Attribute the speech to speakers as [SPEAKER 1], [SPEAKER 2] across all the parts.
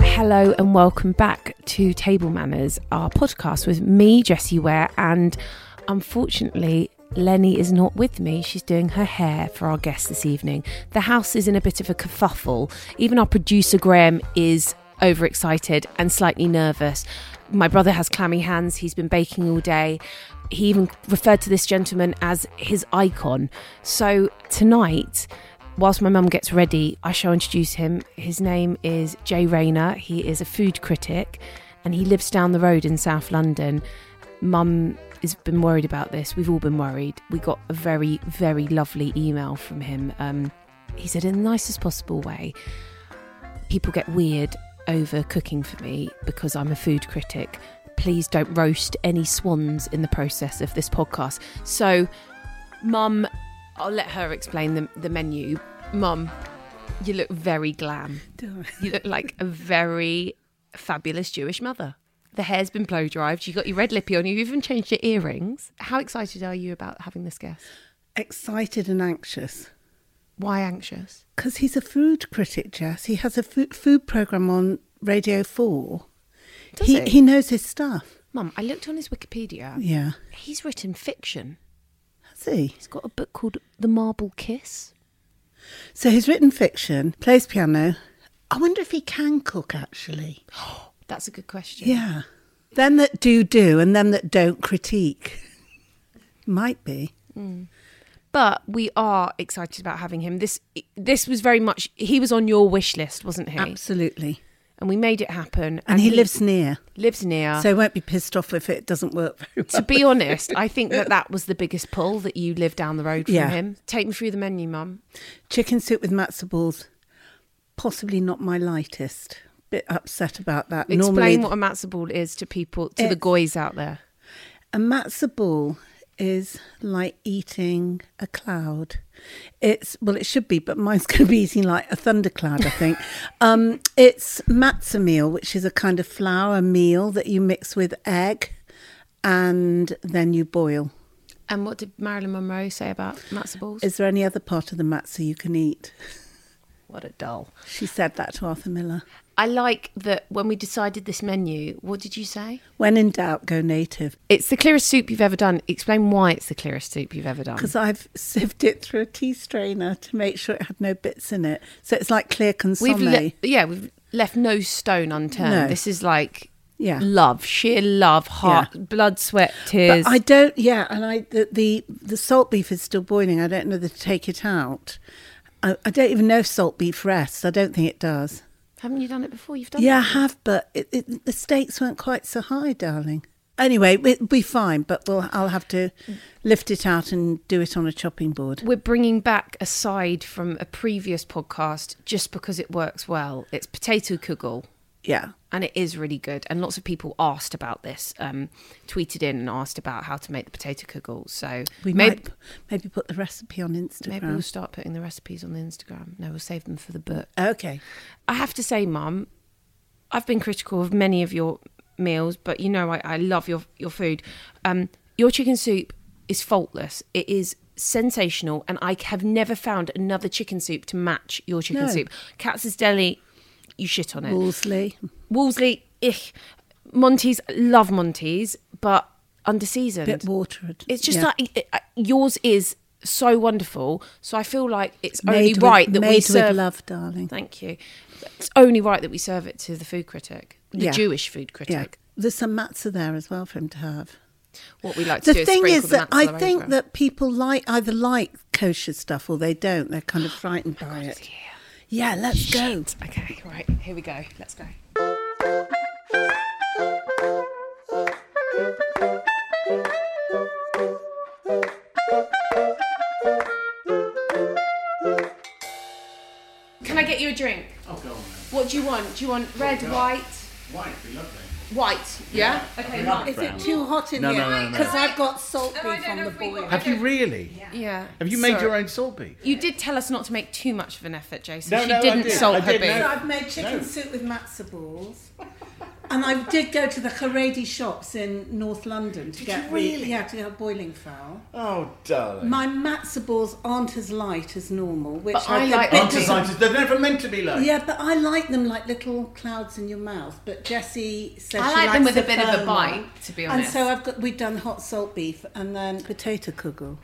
[SPEAKER 1] Hello and welcome back to Table Manners, our podcast with me, Jessie Ware, and unfortunately, Lenny is not with me. She's doing her hair for our guest this evening. The house is in a bit of a kerfuffle. Even our producer, Graham, is overexcited and slightly nervous. My brother has clammy hands. He's been baking all day. He even referred to this gentleman as his icon. So tonight, whilst my mum gets ready, I shall introduce him. His name is Jay Rayner. He is a food critic and he lives down the road in South London. Mum has been worried about this. We've all been worried. We got a very, very lovely email from him. Um, he said, in the nicest possible way, people get weird over cooking for me because I'm a food critic. Please don't roast any swans in the process of this podcast. So, Mum, I'll let her explain the, the menu. Mum, you look very glam. You look like a very fabulous Jewish mother. The hair's been blow dried. You got your red lippy on. You even changed your earrings. How excited are you about having this guest?
[SPEAKER 2] excited and anxious
[SPEAKER 1] Why anxious?
[SPEAKER 2] because he's a food critic, Jess. He has a food, food program on Radio Four.
[SPEAKER 1] Does
[SPEAKER 2] he,
[SPEAKER 1] he?
[SPEAKER 2] he knows his stuff.
[SPEAKER 1] Mum, I looked on his Wikipedia.
[SPEAKER 2] Yeah,
[SPEAKER 1] He's written fiction.
[SPEAKER 2] has he?
[SPEAKER 1] He's got a book called The Marble Kiss.
[SPEAKER 2] So he's written fiction, plays piano. I wonder if he can cook actually.
[SPEAKER 1] That's a good question.
[SPEAKER 2] Yeah. Them that do do, and them that don't critique. Might be.
[SPEAKER 1] But we are excited about having him. This this was very much he was on your wish list, wasn't he?
[SPEAKER 2] Absolutely.
[SPEAKER 1] And we made it happen.
[SPEAKER 2] And, he, Ah. lives near,
[SPEAKER 1] lives near.
[SPEAKER 2] so he won't be pissed off if it doesn't work very well.
[SPEAKER 1] to be honest, I think that that was the biggest pull that you live down the road from
[SPEAKER 2] Yeah.
[SPEAKER 1] him. Take me through the menu, Mum.
[SPEAKER 2] Chicken soup with matzo balls, possibly not my lightest. Bit upset about that.
[SPEAKER 1] Explain
[SPEAKER 2] Normally,
[SPEAKER 1] what a matzo ball is to people, to the
[SPEAKER 2] It's-
[SPEAKER 1] goys out there.
[SPEAKER 2] a matzo ball is like eating a cloud. It's well, it should be, but mine's going to be eating like a thundercloud. I think. um, it's matzo meal, which is a kind of flour meal that you mix with egg, and then you boil.
[SPEAKER 1] And what did Marilyn Monroe say about matzo balls?
[SPEAKER 2] Is there any other part of the matzo you can eat?
[SPEAKER 1] what a dull.
[SPEAKER 2] She said that to Arthur Miller.
[SPEAKER 1] I like that when we decided this menu, what did you say?
[SPEAKER 2] When in doubt, go native.
[SPEAKER 1] It's the clearest soup you've ever done. Explain why it's the clearest soup you've ever done.
[SPEAKER 2] because I've sieved it through a tea strainer to make sure it had no bits in it. So it's like clear consomme.
[SPEAKER 1] We've le- yeah, we've left no stone unturned.
[SPEAKER 2] No.
[SPEAKER 1] This is like
[SPEAKER 2] yeah.
[SPEAKER 1] love, sheer love, heart,
[SPEAKER 2] Yeah.
[SPEAKER 1] blood, sweat, tears.
[SPEAKER 2] But I don't. Yeah, and I the, the the salt beef is still boiling. I don't know whether to take it out. I, I don't even know if salt beef rests. I don't think it does.
[SPEAKER 1] Haven't you done it before? You've done
[SPEAKER 2] Yeah, I
[SPEAKER 1] it.
[SPEAKER 2] have, but it, it, the stakes weren't quite so high, darling. Anyway, it'll be fine, but we'll, I'll have to lift it out and do it on a chopping board.
[SPEAKER 1] We're bringing back a side from a previous podcast just because it works well. It's potato kugel.
[SPEAKER 2] Yeah.
[SPEAKER 1] And it is really good. And lots of people asked about this, um, tweeted in and asked about how to make the potato kugel. So
[SPEAKER 2] We
[SPEAKER 1] maybe,
[SPEAKER 2] might maybe put the recipe on Instagram.
[SPEAKER 1] maybe we'll start putting the recipes on the Instagram. No, we'll save them for the book.
[SPEAKER 2] okay.
[SPEAKER 1] I have to say, Mum, I've been critical of many of your meals, but you know I, I love your your food. Um, your chicken soup is faultless. It is sensational, and I have never found another chicken soup to match your chicken
[SPEAKER 2] No.
[SPEAKER 1] soup. Katz's Deli, you shit on it.
[SPEAKER 2] Wolseley.
[SPEAKER 1] Wolseley, ich. Monty's, love Monty's, but under seasoned.
[SPEAKER 2] bit watered.
[SPEAKER 1] It's just
[SPEAKER 2] Yeah.
[SPEAKER 1] like it, it- yours is so wonderful. So I feel like it's only
[SPEAKER 2] Made with-
[SPEAKER 1] right that we
[SPEAKER 2] made with
[SPEAKER 1] serve.
[SPEAKER 2] love, darling.
[SPEAKER 1] Thank you. It's only right that we serve it to the food critic, the
[SPEAKER 2] Yeah.
[SPEAKER 1] Jewish food
[SPEAKER 2] Yeah.
[SPEAKER 1] critic.
[SPEAKER 2] There's some matzah there as well for him to have.
[SPEAKER 1] What we like to
[SPEAKER 2] the
[SPEAKER 1] do is
[SPEAKER 2] thing
[SPEAKER 1] sprinkle
[SPEAKER 2] is
[SPEAKER 1] the
[SPEAKER 2] that I
[SPEAKER 1] mozzarella
[SPEAKER 2] think
[SPEAKER 1] over.
[SPEAKER 2] that people like either like kosher stuff or they don't. They're kind of frightened by it. Yeah, let's go.
[SPEAKER 1] Okay, right, here we go. Let's go. Can I get you a drink?
[SPEAKER 3] Oh, go on
[SPEAKER 1] What do you want? Do you want red, white?
[SPEAKER 3] then. White would be lovely.
[SPEAKER 1] White, yeah? Okay, white.
[SPEAKER 2] Is it too hot in
[SPEAKER 3] No,
[SPEAKER 2] here?
[SPEAKER 3] no, no, no.
[SPEAKER 2] Because I've got salt beef on the boil.
[SPEAKER 3] Have you really?
[SPEAKER 1] Yeah.
[SPEAKER 3] Have you made
[SPEAKER 1] Sorry.
[SPEAKER 3] your own salt beef?
[SPEAKER 1] You did tell us not to make too much of an effort, Jason.
[SPEAKER 3] No,
[SPEAKER 1] she
[SPEAKER 3] no, I
[SPEAKER 1] didn't
[SPEAKER 3] did.
[SPEAKER 1] salt
[SPEAKER 3] I
[SPEAKER 1] her
[SPEAKER 3] did,
[SPEAKER 1] beef.
[SPEAKER 2] So I've made chicken soup with matzo balls. And I did go to the Haredi shops in North London to get the-
[SPEAKER 3] really?
[SPEAKER 2] yeah to get boiling fowl.
[SPEAKER 3] Oh, darling.
[SPEAKER 2] My matzo balls aren't as light as normal, which
[SPEAKER 1] But
[SPEAKER 2] I,
[SPEAKER 1] I
[SPEAKER 2] could
[SPEAKER 1] like
[SPEAKER 2] bit
[SPEAKER 1] them.
[SPEAKER 2] dis-
[SPEAKER 3] Antiscientists, they're never meant to be like.
[SPEAKER 2] Yeah, but I like them like little clouds in your mouth. But Jessie says
[SPEAKER 1] I
[SPEAKER 2] she
[SPEAKER 1] like them
[SPEAKER 2] likes
[SPEAKER 1] with a
[SPEAKER 2] the
[SPEAKER 1] bit of a
[SPEAKER 2] firm
[SPEAKER 1] bite,
[SPEAKER 2] one.
[SPEAKER 1] to be
[SPEAKER 2] And
[SPEAKER 1] honest.
[SPEAKER 2] so I've got we've done hot salt beef and then potato kugel.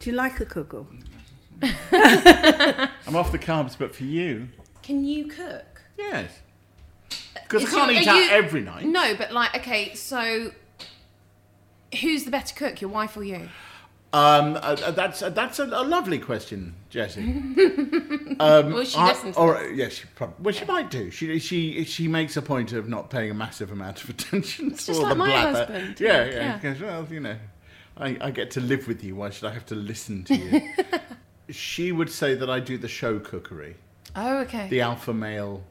[SPEAKER 2] Do you like a kugel?
[SPEAKER 3] I'm off the carbs, but for you.
[SPEAKER 1] Can you cook?
[SPEAKER 3] Yes. Because I
[SPEAKER 1] Is
[SPEAKER 3] can't
[SPEAKER 1] your-
[SPEAKER 3] eat
[SPEAKER 1] are
[SPEAKER 3] out
[SPEAKER 1] you-
[SPEAKER 3] every night.
[SPEAKER 1] No, but like, okay, so who's the better cook, your wife or you?
[SPEAKER 3] Um, uh, uh, that's uh, that's a, a lovely question, Jessie.
[SPEAKER 1] Will she
[SPEAKER 3] Um, I-
[SPEAKER 1] listen to
[SPEAKER 3] or,
[SPEAKER 1] this?
[SPEAKER 3] uh, yes, she probably. Well, she might do. She she she makes a point of not paying a massive amount of attention to
[SPEAKER 1] just
[SPEAKER 3] all
[SPEAKER 1] like
[SPEAKER 3] the
[SPEAKER 1] my
[SPEAKER 3] blather.
[SPEAKER 1] husband,
[SPEAKER 3] Yeah,
[SPEAKER 1] like,
[SPEAKER 3] yeah.
[SPEAKER 1] yeah.
[SPEAKER 3] Because well, you know, I, I get to live with you. Why should I have to listen to you? she would say that I do the show cookery.
[SPEAKER 1] Oh, okay.
[SPEAKER 3] the alpha male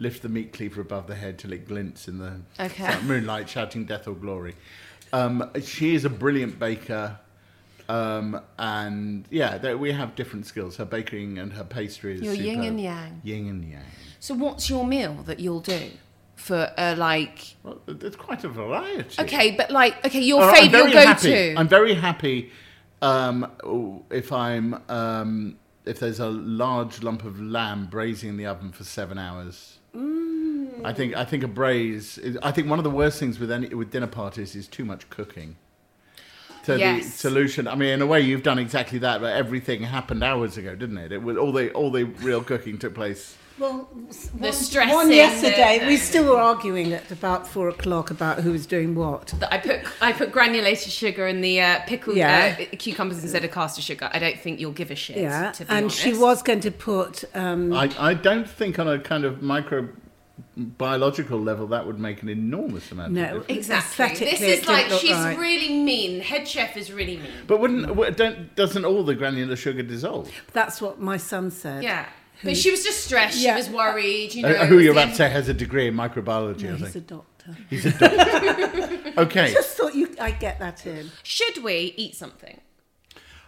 [SPEAKER 3] lift the meat cleaver above the head till it glints in the
[SPEAKER 1] Okay.
[SPEAKER 3] moonlight, shouting death or glory. Um, she is a brilliant baker, um, and yeah, there, we have different skills. Her baking and her pastry is
[SPEAKER 1] You're yin
[SPEAKER 3] superb.
[SPEAKER 1] and yang.
[SPEAKER 3] Yin and yang.
[SPEAKER 1] So what's your meal that you'll do for uh, like?
[SPEAKER 3] Well, there's quite a variety.
[SPEAKER 1] Okay, but like, okay, your
[SPEAKER 3] All right, I'm
[SPEAKER 1] favourite
[SPEAKER 3] very
[SPEAKER 1] you'll go
[SPEAKER 3] happy.
[SPEAKER 1] to.
[SPEAKER 3] I'm very happy um, if I'm um, if there's a large lump of lamb braising in the oven for seven hours.
[SPEAKER 1] Mm.
[SPEAKER 3] I think I think a braise. Is, I think one of the worst things with any with dinner parties is too much cooking. So the
[SPEAKER 1] Yes.
[SPEAKER 3] solution. I mean, in a way, you've done exactly that. But everything happened hours ago, didn't it? It was all the all the real cooking took place.
[SPEAKER 2] Well, one,
[SPEAKER 1] stressing,
[SPEAKER 2] one yesterday,
[SPEAKER 1] the-
[SPEAKER 2] we still were arguing at about four o'clock about who was doing what.
[SPEAKER 4] That I put I put granulated sugar in the uh, pickled
[SPEAKER 2] Yeah.
[SPEAKER 4] uh, cucumbers instead of caster sugar. I don't think you'll give a shit.
[SPEAKER 2] Yeah,
[SPEAKER 4] to be
[SPEAKER 2] and she
[SPEAKER 4] honest.
[SPEAKER 2] was going to put. Um,
[SPEAKER 3] I, I don't think on a kind of micro biological level that would make an enormous amount of
[SPEAKER 2] no,
[SPEAKER 3] difference.
[SPEAKER 4] exactly.
[SPEAKER 2] aesthetically,
[SPEAKER 4] This
[SPEAKER 2] it
[SPEAKER 4] is
[SPEAKER 2] didn't
[SPEAKER 4] like
[SPEAKER 2] look
[SPEAKER 4] she's
[SPEAKER 2] right.
[SPEAKER 4] really mean. Head chef is really mean.
[SPEAKER 3] But wouldn't w- don't doesn't all the granular sugar dissolve?
[SPEAKER 2] That's what my son said.
[SPEAKER 4] Yeah, but she was just stressed.
[SPEAKER 2] Yeah.
[SPEAKER 4] She was worried. You know,
[SPEAKER 3] Uh,
[SPEAKER 4] it
[SPEAKER 3] who
[SPEAKER 4] was
[SPEAKER 3] you're
[SPEAKER 4] the
[SPEAKER 3] about to
[SPEAKER 4] end-
[SPEAKER 3] say has a degree in microbiology? I
[SPEAKER 2] he's a
[SPEAKER 3] think.
[SPEAKER 2] doctor.
[SPEAKER 3] Okay,
[SPEAKER 2] Just thought you, I get that in.
[SPEAKER 4] Should we eat something?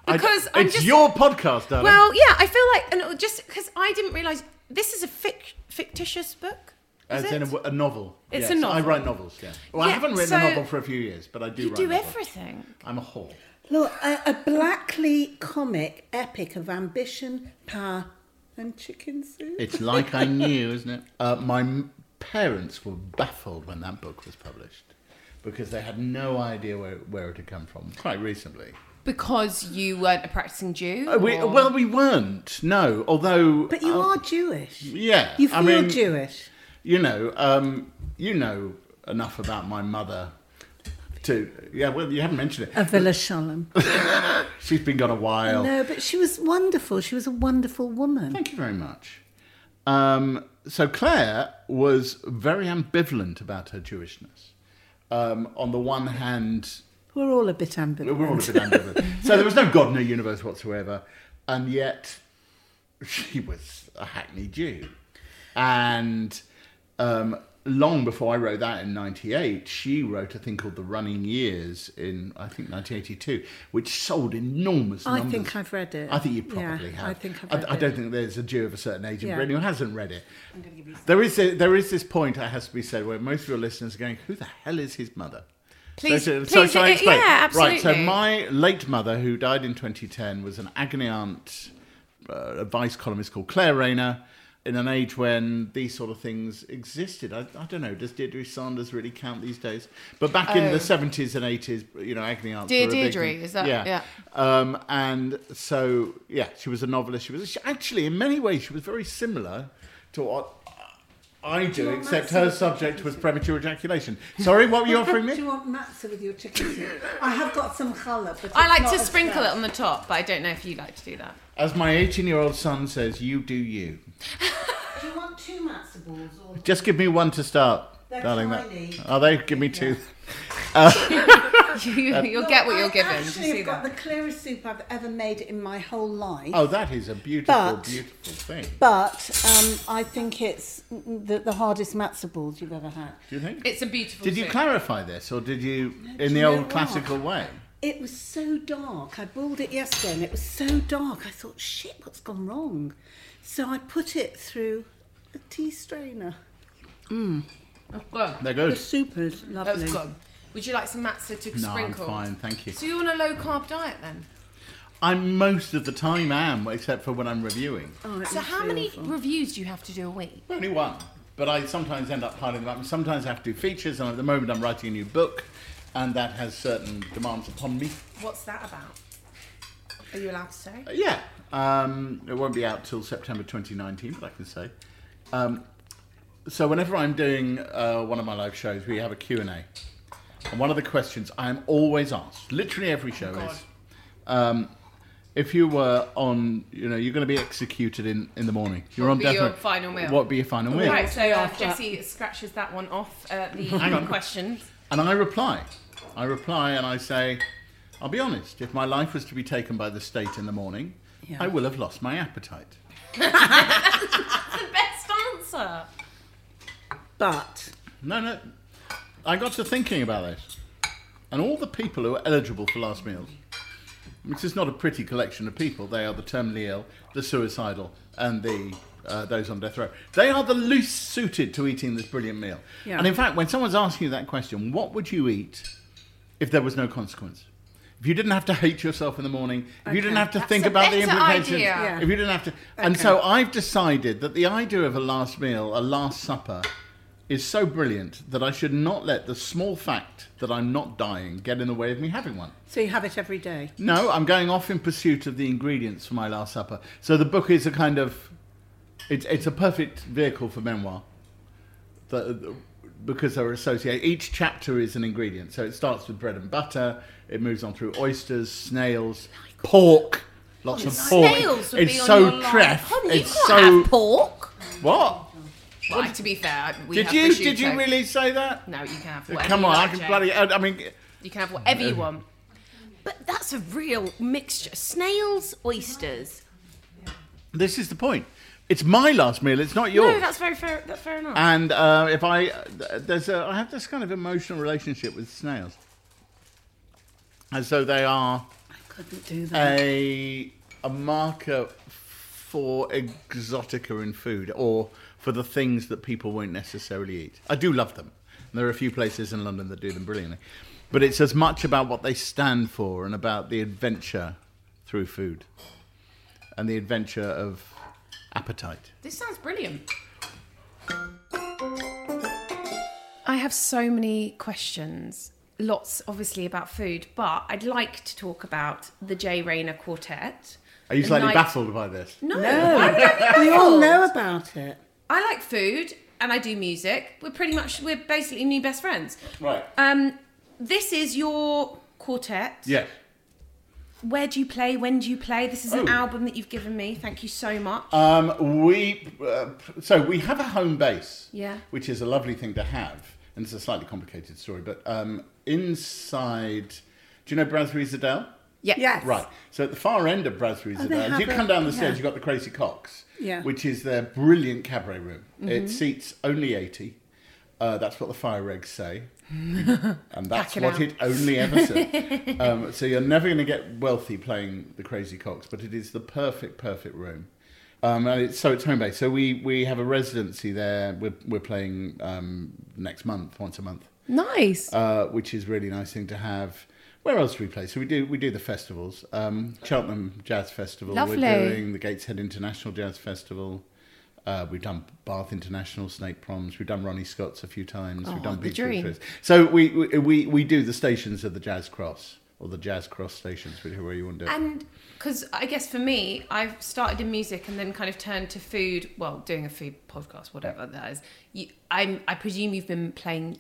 [SPEAKER 3] I-
[SPEAKER 4] because I'm
[SPEAKER 3] it's
[SPEAKER 4] just-
[SPEAKER 3] your podcast, darling.
[SPEAKER 4] Well, yeah, I feel like and just because I didn't realize this is a fic- fictitious book. Is
[SPEAKER 3] As in a,
[SPEAKER 4] it?
[SPEAKER 3] w- a novel.
[SPEAKER 4] It's
[SPEAKER 3] yes.
[SPEAKER 4] a novel.
[SPEAKER 3] I write novels. Yeah. Well, I
[SPEAKER 4] Yeah,
[SPEAKER 3] haven't written a
[SPEAKER 4] so-
[SPEAKER 3] novel for a few years, but I do.
[SPEAKER 4] you
[SPEAKER 3] write
[SPEAKER 4] do
[SPEAKER 3] novels.
[SPEAKER 4] everything.
[SPEAKER 3] I'm a whore.
[SPEAKER 2] Look, a, a blackly comic epic of ambition, power, and chicken soup.
[SPEAKER 3] It's like I knew, isn't it? Uh, my m- parents were baffled when that book was published because they had no idea where, where it had come from. Quite recently.
[SPEAKER 4] Because you weren't a practicing Jew.
[SPEAKER 3] Uh, we,
[SPEAKER 4] or-
[SPEAKER 3] well, we weren't. No, although.
[SPEAKER 2] But you are Jewish.
[SPEAKER 3] Oh. Yeah,
[SPEAKER 2] You feel
[SPEAKER 3] I mean-
[SPEAKER 2] Jewish.
[SPEAKER 3] you know, um, you know enough about my mother to yeah. Well, you haven't mentioned it.
[SPEAKER 2] A Villa Shalom.
[SPEAKER 3] She's been gone a while.
[SPEAKER 2] no, but she was wonderful. She was a wonderful woman.
[SPEAKER 3] Thank you very much. Um, so Claire was very ambivalent about her Jewishness. Um, on the one hand,
[SPEAKER 2] We're all a bit ambivalent.
[SPEAKER 3] we're all a bit ambivalent. so there was no God in her universe whatsoever, and yet she was a Hackney Jew. And um, long before I wrote that in '98, she wrote a thing called The Running Years in I think 1982, which sold enormous
[SPEAKER 2] I
[SPEAKER 3] numbers.
[SPEAKER 2] think I've read it.
[SPEAKER 3] I think you
[SPEAKER 2] Yeah,
[SPEAKER 3] probably have.
[SPEAKER 2] I think I've
[SPEAKER 3] I,
[SPEAKER 2] read
[SPEAKER 3] I don't
[SPEAKER 2] it.
[SPEAKER 3] think there's a Jew of a certain age in
[SPEAKER 2] Yeah.
[SPEAKER 3] Britain who hasn't read it. There is a, there is this point that has to be said where most of your listeners are going, "Who the hell is his mother?"
[SPEAKER 4] Please-
[SPEAKER 3] so, so
[SPEAKER 4] please,
[SPEAKER 3] shall I
[SPEAKER 4] uh,
[SPEAKER 3] explain?
[SPEAKER 4] yeah,
[SPEAKER 3] Right. So
[SPEAKER 4] absolutely.
[SPEAKER 3] my late mother, who died in 2010, was an agony aunt, uh, a Vice columnist called Claire Rayner, in an age when these sort of things existed. I, I don't know. Does Deirdre Sanders really count these days? But back in the seventies and eighties, you know, agony aunts.
[SPEAKER 4] Oh. Dear
[SPEAKER 3] were a big
[SPEAKER 4] Deirdre,
[SPEAKER 3] thing.
[SPEAKER 4] is that- yeah.
[SPEAKER 3] Um, and so yeah, she was a novelist. She was she, actually, in many ways, she was very similar to what I do, except her subject was premature ejaculation. Sorry, what were you offering
[SPEAKER 2] Do you
[SPEAKER 3] me?
[SPEAKER 2] want matzah with your chicken soup? I have got some challah, but
[SPEAKER 4] I
[SPEAKER 2] it's
[SPEAKER 4] like
[SPEAKER 2] not
[SPEAKER 4] to
[SPEAKER 2] as
[SPEAKER 4] sprinkle it
[SPEAKER 2] fresh.
[SPEAKER 4] on the top, but I don't know if you like to do that.
[SPEAKER 3] As my eighteen-year-old son says, "You do you."
[SPEAKER 2] Do you want two matzah balls or
[SPEAKER 3] Just give me one to start,
[SPEAKER 2] They're
[SPEAKER 3] darling.
[SPEAKER 2] tiny.
[SPEAKER 3] That. Oh, they give me two.
[SPEAKER 4] You,
[SPEAKER 3] Uh,
[SPEAKER 4] you'll get what you're given.
[SPEAKER 2] I
[SPEAKER 4] Did you
[SPEAKER 2] actually
[SPEAKER 4] see
[SPEAKER 2] have got
[SPEAKER 4] that?
[SPEAKER 2] the clearest soup I've ever made in my whole life.
[SPEAKER 3] Oh, that is a beautiful,
[SPEAKER 2] But-
[SPEAKER 3] beautiful thing.
[SPEAKER 2] But um, I think it's the, the hardest matzah balls you've ever had.
[SPEAKER 3] Do you think?
[SPEAKER 4] It's a beautiful.
[SPEAKER 3] Did you
[SPEAKER 4] soup.
[SPEAKER 3] clarify this, or did you,
[SPEAKER 2] do
[SPEAKER 3] in
[SPEAKER 2] you
[SPEAKER 3] the
[SPEAKER 2] know
[SPEAKER 3] old
[SPEAKER 2] what?
[SPEAKER 3] classical way?
[SPEAKER 2] It was so dark. I boiled it yesterday and it was so dark. I thought, shit, what's gone wrong? So I put it through a tea strainer.
[SPEAKER 4] Well,
[SPEAKER 2] The
[SPEAKER 3] There goes.
[SPEAKER 2] soup is lovely.
[SPEAKER 4] that's good. Would you like some matzah to
[SPEAKER 3] No, I'm
[SPEAKER 4] sprinkle?
[SPEAKER 3] fine, thank you.
[SPEAKER 4] So you're on a low carb diet then?
[SPEAKER 3] I most of the time am, except for when I'm reviewing.
[SPEAKER 2] Oh, it
[SPEAKER 4] So
[SPEAKER 2] was
[SPEAKER 4] how many
[SPEAKER 2] awful.
[SPEAKER 4] reviews do you have to do a week?
[SPEAKER 3] Only one, but I sometimes end up piling them up. and Sometimes I have to do features, and at the moment I'm writing a new book, and that has certain demands upon me.
[SPEAKER 4] What's that about? Are you allowed to say?
[SPEAKER 3] Uh, Yeah, um, it won't be out till September 2019, but I can say. Um, so whenever I'm doing uh, one of my live shows, we have a Q and A, and one of the questions I am always asked, literally every show, is, um, if you were on, you know, you're going to be executed in, in the morning. You're
[SPEAKER 4] What
[SPEAKER 3] on
[SPEAKER 4] would be
[SPEAKER 3] death
[SPEAKER 4] your
[SPEAKER 3] row.
[SPEAKER 4] final meal?
[SPEAKER 3] What would be your final meal?
[SPEAKER 4] Right, so uh,
[SPEAKER 2] that.
[SPEAKER 4] Jesse scratches that one off uh, the
[SPEAKER 3] on.
[SPEAKER 4] questions.
[SPEAKER 3] And I reply. I reply and I say, I'll be honest, if my life was to be taken by the state in the morning, I will have lost my appetite.
[SPEAKER 4] The best answer.
[SPEAKER 2] But
[SPEAKER 3] No, no. I got to thinking about this. And all the people who are eligible for last meals, which is not a pretty collection of people, they are the terminally ill, the suicidal, and the uh, those on death row. They are the least suited to eating this brilliant meal.
[SPEAKER 2] Yeah.
[SPEAKER 3] And in fact, when someone's asking you that question, what would you eat if there was no consequence? If you didn't have to hate yourself in the morning, if you didn't have to think
[SPEAKER 4] a
[SPEAKER 3] about the
[SPEAKER 4] better
[SPEAKER 3] implications,
[SPEAKER 4] idea.
[SPEAKER 2] Yeah.
[SPEAKER 3] if you didn't have to. And so I've decided that the idea of a last meal, a last supper, is so brilliant that I should not let the small fact that I'm not dying get in the way of me having one.
[SPEAKER 2] so you have it every day.
[SPEAKER 3] No, I'm going off in pursuit of the ingredients for my last supper. So the book is a kind of, it's it's a perfect vehicle for memoir, that, because they're associated. Each chapter is an ingredient. So it starts with bread and butter. It moves on through oysters, snails, pork. Lots of pork.
[SPEAKER 4] Snails would
[SPEAKER 3] it's
[SPEAKER 4] be on
[SPEAKER 3] so
[SPEAKER 4] your line.
[SPEAKER 3] treff.
[SPEAKER 4] Hold on, you
[SPEAKER 3] It's
[SPEAKER 4] can't
[SPEAKER 3] so
[SPEAKER 4] have pork.
[SPEAKER 3] what?
[SPEAKER 4] Right, to be fair, we
[SPEAKER 3] Did
[SPEAKER 4] have
[SPEAKER 3] you did you
[SPEAKER 4] prosciutto.
[SPEAKER 3] really say that?
[SPEAKER 4] No, you can have
[SPEAKER 3] Uh,
[SPEAKER 4] whatever
[SPEAKER 3] Come
[SPEAKER 4] you
[SPEAKER 3] on, I
[SPEAKER 4] like,
[SPEAKER 3] can
[SPEAKER 4] Jane.
[SPEAKER 3] bloody. I I mean,
[SPEAKER 4] You can have whatever you want. But that's a real mixture. Snails, oysters.
[SPEAKER 3] this is the point. It's my last meal. It's not yours.
[SPEAKER 4] No, that's very fair. That's fair enough.
[SPEAKER 3] And uh, if I th- there's a I have this kind of emotional relationship with snails, as though they are
[SPEAKER 2] I couldn't do that.
[SPEAKER 3] a a marker for exotica in food or for the things that people won't necessarily eat. I do love them. And there are a few places in London that do them brilliantly, but it's as much about what they stand for and about the adventure through food and the adventure of appetite.
[SPEAKER 4] this sounds brilliant.
[SPEAKER 5] I have so many questions, lots obviously about food, but I'd like to talk about the Jay Rayner Quartet.
[SPEAKER 3] Are you
[SPEAKER 5] The
[SPEAKER 3] slightly
[SPEAKER 5] night-
[SPEAKER 3] baffled by this?
[SPEAKER 5] No,
[SPEAKER 2] we all know about it.
[SPEAKER 4] I like food and I do music. We're pretty much we're basically new best friends.
[SPEAKER 3] Right.
[SPEAKER 4] Um, this is your quartet.
[SPEAKER 3] Yes.
[SPEAKER 4] Where do you play? When do you play? This is an
[SPEAKER 3] Oh.
[SPEAKER 4] album that you've given me. Thank you so much.
[SPEAKER 3] Um, we uh, so we have a home base,
[SPEAKER 4] Yeah.
[SPEAKER 3] which is a lovely thing to have, and it's a slightly complicated story. But um, inside, do you know Brathery's Adele?
[SPEAKER 4] yeah.
[SPEAKER 2] Yes. Oh,
[SPEAKER 3] Right. So at the far end of Brathery's
[SPEAKER 2] they
[SPEAKER 3] Adele, as you
[SPEAKER 2] have a-
[SPEAKER 3] come down the stairs,
[SPEAKER 2] yeah.
[SPEAKER 3] you've got the Crazy Cox,
[SPEAKER 2] Yeah. Mm-hmm.
[SPEAKER 3] which is their brilliant cabaret room. It seats only eighty. Uh, that's what the fire regs say, and that's
[SPEAKER 4] it
[SPEAKER 3] what
[SPEAKER 4] out.
[SPEAKER 3] it only ever said. um, so you're never going to get wealthy playing the Crazy Cox, but it is the perfect, perfect room. Um, and it's, so it's home based. So we, we have a residency there. We're, we're playing um, next month, once a month
[SPEAKER 1] Nice.
[SPEAKER 3] uh, which is a really nice thing to have. Where else do we play? So we do we do the festivals, um, Cheltenham Jazz Festival.
[SPEAKER 1] Lovely.
[SPEAKER 3] We're doing the Gateshead International Jazz Festival. Uh, we've done Bath International Snake Proms. We've done Ronnie Scott's a few times. we've done
[SPEAKER 5] Oh, the
[SPEAKER 3] Beach
[SPEAKER 5] dream.
[SPEAKER 3] Fest. So we, we we we do the stations of the Jazz Cross or the Jazz Cross stations, whichever you want to do. it.
[SPEAKER 5] And because I guess for me, I've started in music and then kind of turned to food. Well, doing a food podcast, whatever that is. You, I'm, I presume you've been playing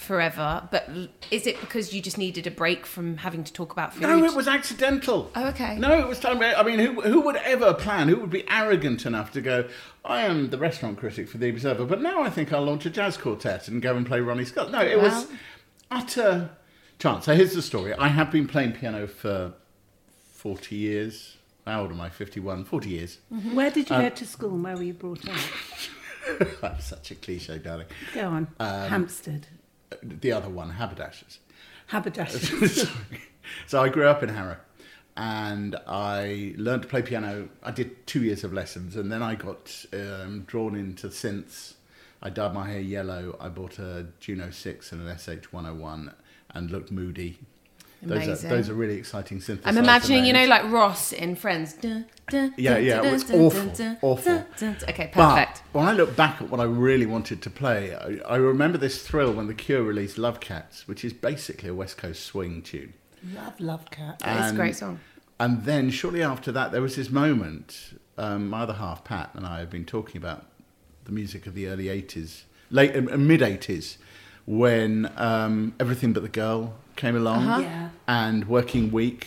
[SPEAKER 5] forever, but l- is it because you just needed a break from having to talk about food?
[SPEAKER 3] No, it was accidental.
[SPEAKER 5] Oh, okay.
[SPEAKER 3] No, it was time. I mean, who, who would ever plan? Who would be arrogant enough to go, I am the restaurant critic for The Observer, but now I think I'll launch a jazz quartet and go and play Ronnie Scott? No, it was utter chance. So here's the story I have been playing piano for 40 years. How old am I? 51. 40 years.
[SPEAKER 5] Mm.
[SPEAKER 2] Mm-hmm. Where did
[SPEAKER 3] Um,
[SPEAKER 2] you go to school and where were you brought up?
[SPEAKER 3] I'm such a cliche, darling.
[SPEAKER 2] Go on.
[SPEAKER 3] Um,
[SPEAKER 2] Hampstead.
[SPEAKER 3] The other one, Haberdashers.
[SPEAKER 2] Haberdashers.
[SPEAKER 3] so I grew up in Harrow and I learned to play piano. I did two years of lessons and then I got um, drawn into synths. I dyed my hair yellow. I bought a Juno 6 and an SH 101 and looked moody. Those are,
[SPEAKER 5] Amazing.
[SPEAKER 3] those are really exciting synthesizers.
[SPEAKER 5] I'm imagining, you know,
[SPEAKER 3] names.
[SPEAKER 5] like Ross in Friends. Dun, dun,
[SPEAKER 3] Yeah,
[SPEAKER 5] dun,
[SPEAKER 3] yeah,
[SPEAKER 5] dun,
[SPEAKER 3] it was
[SPEAKER 5] dun,
[SPEAKER 3] awful,
[SPEAKER 5] dun, dun,
[SPEAKER 3] awful.
[SPEAKER 5] dun, dun. Okay, perfect.
[SPEAKER 3] But when I look back at what I really wanted to play, I, I remember this thrill when The Cure released Love Cats, which is basically a West Coast swing tune.
[SPEAKER 2] love, love cat.
[SPEAKER 5] That is a
[SPEAKER 3] um,
[SPEAKER 5] great song.
[SPEAKER 3] And then shortly after that, there was this moment. Um, my other half, Pat, and I have been talking about the music of the early 80s, late uh, mid 80s, when um, Everything But the Girl came along
[SPEAKER 2] Yeah.
[SPEAKER 3] and Working Week.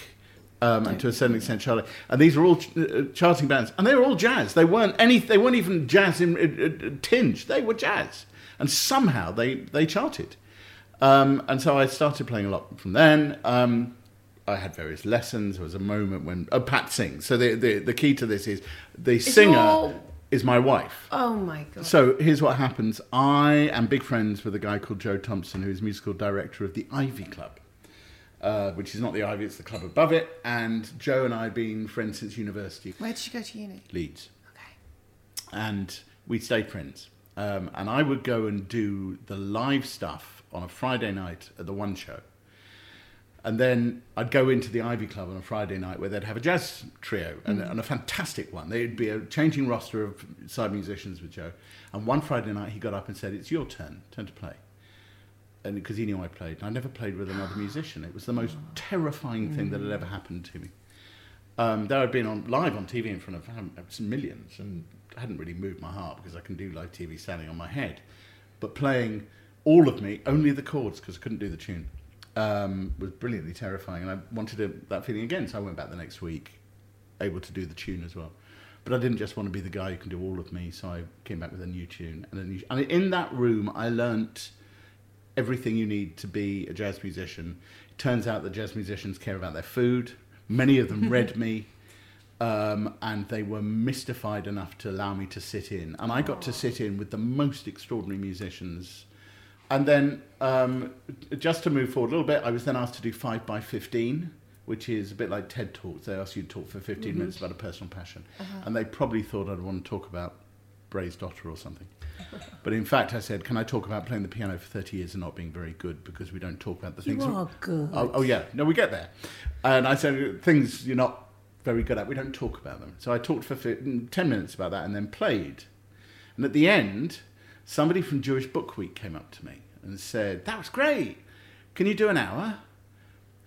[SPEAKER 3] Um, and to a certain extent, Charlie. And these were all ch- uh, charting bands, and they were all jazz. They weren't any. They weren't even jazz in uh, uh, tinge. They were jazz, and somehow they they charted. Um, and so I started playing a lot from then. Um, I had various lessons. There was a moment when oh, Pat sings. So the, the the key to this is the singer
[SPEAKER 5] your-
[SPEAKER 3] is my wife.
[SPEAKER 5] Oh my god.
[SPEAKER 3] So here's what happens. I am big friends with a guy called Joe Thompson, who is musical director of the Ivy Club, uh, which is not the Ivy, it's the club above it. And Joe and I have been friends since university.
[SPEAKER 5] Where did you go to uni?
[SPEAKER 3] Leeds
[SPEAKER 5] Okay.
[SPEAKER 3] and we'd stay friends. Um, and I would go and do the live stuff on a Friday night at the One Show. And then I'd go into the Ivy Club on a Friday night where they'd have a jazz trio and, and a fantastic one. There'd be a changing roster of side musicians with Joe. And one Friday night he got up and said, It's your turn, turn to play. And because he knew I played, and I never played with another musician. It was the most terrifying thing that had ever happened to me. Um, though I'd been on live on TV in front of um, some millions, and I hadn't really moved my heart because I can do live TV standing on my head, but playing all of me, only the chords because I couldn't do the tune, um, was brilliantly terrifying, and I wanted to, that feeling again. So I went back the next week, able to do the tune as well. But I didn't just want to be the guy who can do all of me, so I came back with a new tune and a new. And in that room, I learnt everything you need to be a jazz musician. It turns out that jazz musicians care about their food. Many of them read me, um, and they were mystified enough to allow me to sit in. And I got to sit in with the most extraordinary musicians. And then, um, just to move forward a little bit, I was then asked to do 5 by 15 which is a bit like TED Talks. They ask you to talk for 15
[SPEAKER 2] Mm-hmm.
[SPEAKER 3] minutes about a personal passion.
[SPEAKER 2] Uh-huh.
[SPEAKER 3] And they probably thought I'd want to talk about Bray's daughter or something. but in fact, I said, Can I talk about playing the piano for 30 years and not being very good because we don't talk about the things.
[SPEAKER 2] are good.
[SPEAKER 3] Oh, oh, yeah. No, we get there. And I said, Things you're not very good at, we don't talk about them. So I talked for fi- 10 minutes about that and then played. And at the end, somebody from Jewish Book Week came up to me and said, That was great. Can you do an hour?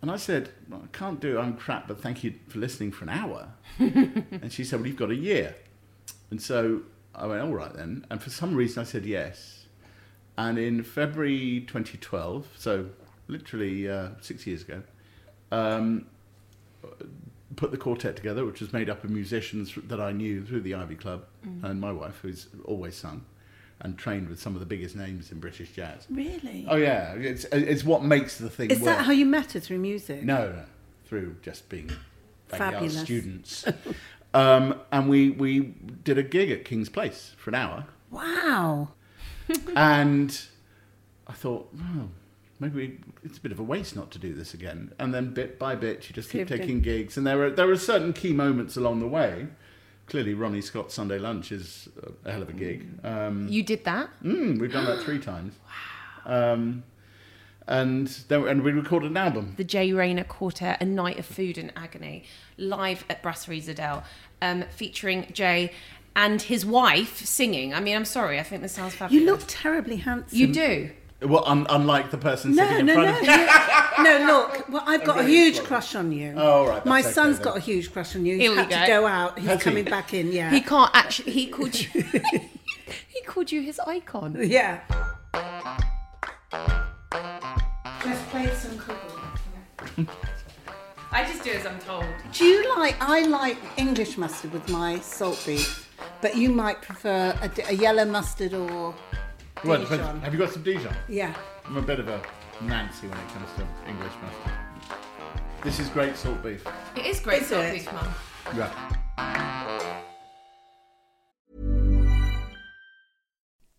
[SPEAKER 3] And I said, well, I can't do it, I'm crap, but thank you for listening for an hour. and she said, Well, you've got a year. And so I went, All right then. And for some reason, I said yes. And in February 2012, so literally uh, six years ago, um, put the quartet together, which was made up of musicians that I knew through the Ivy Club
[SPEAKER 2] Mm.
[SPEAKER 3] and my wife, who's always sung and trained with some of the biggest names in British jazz.
[SPEAKER 2] Really?
[SPEAKER 3] Oh, yeah. It's, it's what makes the thing
[SPEAKER 2] Is
[SPEAKER 3] work.
[SPEAKER 2] that how you met her through music?
[SPEAKER 3] No, no, through just being backyard
[SPEAKER 2] Fabulous.
[SPEAKER 3] students. um, and we, we did a gig at King's Place for an hour.
[SPEAKER 2] Wow.
[SPEAKER 3] And I thought, oh, maybe it's a bit of a waste not to do this again. And then bit by bit, you just keep
[SPEAKER 2] Keep
[SPEAKER 3] taking gigs. And there were, there were certain key moments along the way. Clearly, Ronnie Scott's Sunday Lunch is a hell of a gig. Um,
[SPEAKER 5] You did that?
[SPEAKER 3] mm, we've done that three times. Wow. Um, and, then, and we recorded an album.
[SPEAKER 5] the Jay Rayner Quartet, A Night of Food and Agony, live at Brasserie Zadel, um, featuring Jay and his wife singing. I mean, I'm sorry, I think this sounds fabulous.
[SPEAKER 2] You look terribly handsome.
[SPEAKER 5] You do.
[SPEAKER 3] Well, un- unlike the person
[SPEAKER 2] No,
[SPEAKER 3] sitting
[SPEAKER 2] no,
[SPEAKER 3] in front
[SPEAKER 2] no.
[SPEAKER 3] of you.
[SPEAKER 2] you- no, look. Well, I've got a
[SPEAKER 3] really
[SPEAKER 2] huge
[SPEAKER 3] sorry.
[SPEAKER 2] crush on you.
[SPEAKER 3] Oh, all right,
[SPEAKER 2] My
[SPEAKER 3] that's okay
[SPEAKER 2] son's
[SPEAKER 3] then.
[SPEAKER 2] got a huge crush on you. He's
[SPEAKER 5] Here we
[SPEAKER 2] had to
[SPEAKER 5] go.
[SPEAKER 2] go out. He's
[SPEAKER 3] Has he?
[SPEAKER 2] coming back in. Yeah.
[SPEAKER 5] He can't actually. He called you. he called you his icon.
[SPEAKER 2] yeah. Let's play some Quibble.
[SPEAKER 5] I just do as I'm told.
[SPEAKER 2] Do you like? I like English mustard with my salt beef, but you might prefer a, d- a yellow mustard or
[SPEAKER 3] Well, it
[SPEAKER 2] Dijon.
[SPEAKER 3] depends- have you got some Dijon?
[SPEAKER 2] yeah.
[SPEAKER 3] I'm a bit of a Nancy when it comes to English mustard. This is great salt beef.
[SPEAKER 5] It is great
[SPEAKER 2] Is
[SPEAKER 5] salt
[SPEAKER 2] it?
[SPEAKER 5] beef, mum.
[SPEAKER 3] Yeah.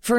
[SPEAKER 6] For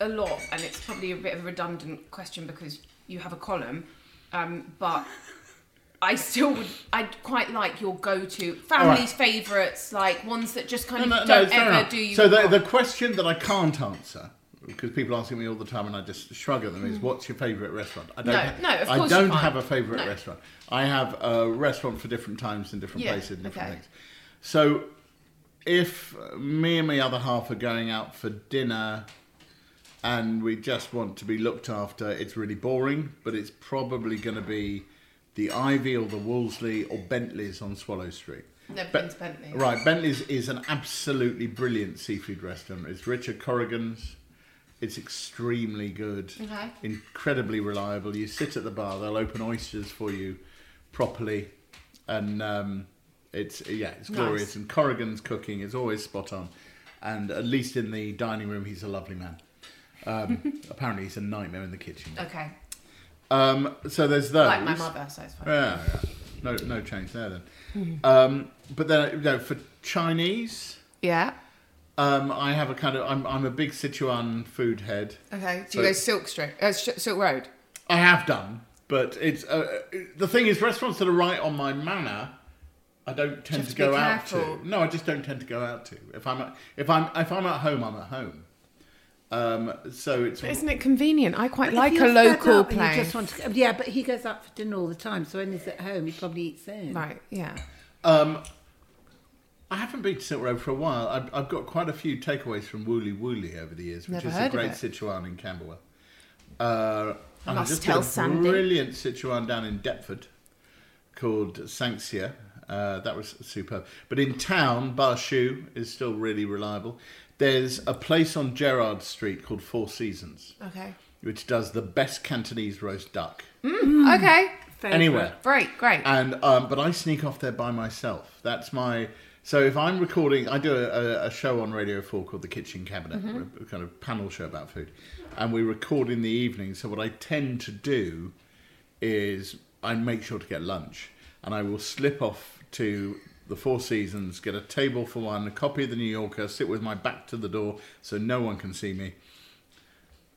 [SPEAKER 5] a lot, and it's probably a bit of a redundant question because you have a column. Um, but I still would. I'd quite like your go-to family's favourites, like ones that just kind
[SPEAKER 3] No, no,
[SPEAKER 5] of
[SPEAKER 3] no,
[SPEAKER 5] don't
[SPEAKER 3] it's fair
[SPEAKER 5] ever
[SPEAKER 3] enough.
[SPEAKER 5] do you.
[SPEAKER 3] So the,
[SPEAKER 5] wrong.
[SPEAKER 3] the question that I can't answer because people asking me all the time and I just shrug at them is, "What's your favourite restaurant?" I
[SPEAKER 5] Hmm.
[SPEAKER 3] don't.
[SPEAKER 5] No,
[SPEAKER 3] have,
[SPEAKER 5] no, of
[SPEAKER 3] I
[SPEAKER 5] course you
[SPEAKER 3] don't
[SPEAKER 5] can't.
[SPEAKER 3] have a favourite
[SPEAKER 5] No.
[SPEAKER 3] restaurant. I have a restaurant for different times and different
[SPEAKER 5] Yeah,
[SPEAKER 3] places and different
[SPEAKER 5] okay.
[SPEAKER 3] things. So if me and my other half are going out for dinner and we just want to be looked after, it's really boring, but it's probably going to be the Ivy or the Wolseley or Bentley's on Swallow Street.
[SPEAKER 5] Never been to Bentley's.
[SPEAKER 3] Right, Bentley's is an absolutely brilliant seafood restaurant. It's Richard Corrigan's. It's extremely good,
[SPEAKER 5] Okay.
[SPEAKER 3] incredibly reliable. You sit at the bar; they'll open oysters for you properly, and um, it's yeah, it's glorious. And Corrigan's cooking is always spot on, and at least in the dining room, he's a lovely man. Um, apparently, he's a nightmare in the kitchen.
[SPEAKER 5] okay,
[SPEAKER 3] Um, so there's those.
[SPEAKER 5] like my mother, so it's fine.
[SPEAKER 3] Yeah, yeah. no, no change there
[SPEAKER 5] Mm-hmm.
[SPEAKER 3] then. um, but then you know, for Chinese,
[SPEAKER 5] Yeah.
[SPEAKER 3] um, I have a kind of I'm, I'm a big Sichuan food head.
[SPEAKER 5] Okay. Do
[SPEAKER 3] So-
[SPEAKER 5] you go Silk Street? Uh, Sh- Silk Road.
[SPEAKER 3] I have done, but it's uh, the thing is restaurants that are right on my manor. I don't
[SPEAKER 5] have
[SPEAKER 3] tend to
[SPEAKER 5] to be
[SPEAKER 3] go out
[SPEAKER 5] careful.
[SPEAKER 3] to. No, I just don't tend to go out to. If I'm at, if I'm if I'm at home, I'm at home. Um, so it's
[SPEAKER 5] Isn't it convenient? I quite
[SPEAKER 2] If
[SPEAKER 5] like a
[SPEAKER 2] you're fed
[SPEAKER 5] local
[SPEAKER 2] up and you
[SPEAKER 5] place.
[SPEAKER 2] just want to- yeah, but he goes out for dinner all the time, so when he's at home, he probably eats in.
[SPEAKER 5] Right. Yeah.
[SPEAKER 3] I haven't been to Silk Road for a while. I've, I've got quite a few takeaways from Wooly Wooly over the years, which
[SPEAKER 5] Never
[SPEAKER 3] is
[SPEAKER 5] heard
[SPEAKER 3] a
[SPEAKER 5] of
[SPEAKER 3] great
[SPEAKER 5] it.
[SPEAKER 3] Sichuan in Camberwell. Uh, and I
[SPEAKER 5] must
[SPEAKER 3] just
[SPEAKER 5] tell
[SPEAKER 3] did a
[SPEAKER 5] Sandy.
[SPEAKER 3] brilliant Sichuan down in Deptford called Sanxia. Uh, that was superb. But in town, Bar Shoe is still really reliable. There's a place on Gerrard Street called Four Seasons,
[SPEAKER 5] Okay.
[SPEAKER 3] which does the best Cantonese roast duck
[SPEAKER 5] Mm. Okay. Oh,
[SPEAKER 3] anywhere.
[SPEAKER 5] Great. Great.
[SPEAKER 3] And um, but I sneak off there by myself. That's my so if I'm recording, I do a, a, a show on Radio Four called The Kitchen Cabinet,
[SPEAKER 5] Mm-hmm.
[SPEAKER 3] a kind of panel show about food, and we record in the evening. So what I tend to do is I make sure to get lunch, and I will slip off to the Four Seasons, get a table for one, a copy of the New Yorker, sit with my back to the door so no one can see me.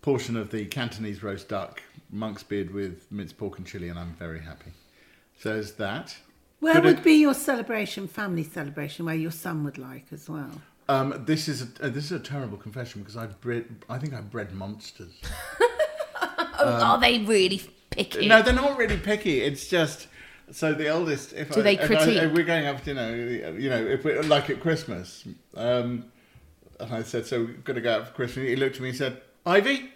[SPEAKER 3] Portion of the Cantonese roast duck, monk's beard with minced pork and chili, and I'm very happy. So there's that.
[SPEAKER 2] Where
[SPEAKER 3] Could
[SPEAKER 2] would
[SPEAKER 3] it-
[SPEAKER 2] be your celebration, family celebration, where your son would like as well?
[SPEAKER 3] Um, this is a, uh, this is a terrible confession because I've bred. I think I've bred monsters.
[SPEAKER 5] Are they really picky?
[SPEAKER 3] No, they're not really picky. It's just so the eldest. If
[SPEAKER 5] Do
[SPEAKER 3] I,
[SPEAKER 5] they
[SPEAKER 3] if I-
[SPEAKER 5] critique?
[SPEAKER 3] if we're going up, you know, you know, if we're like at Christmas, um, and I said, "So we're going to go out for Christmas." He looked at me and said, "Ivy."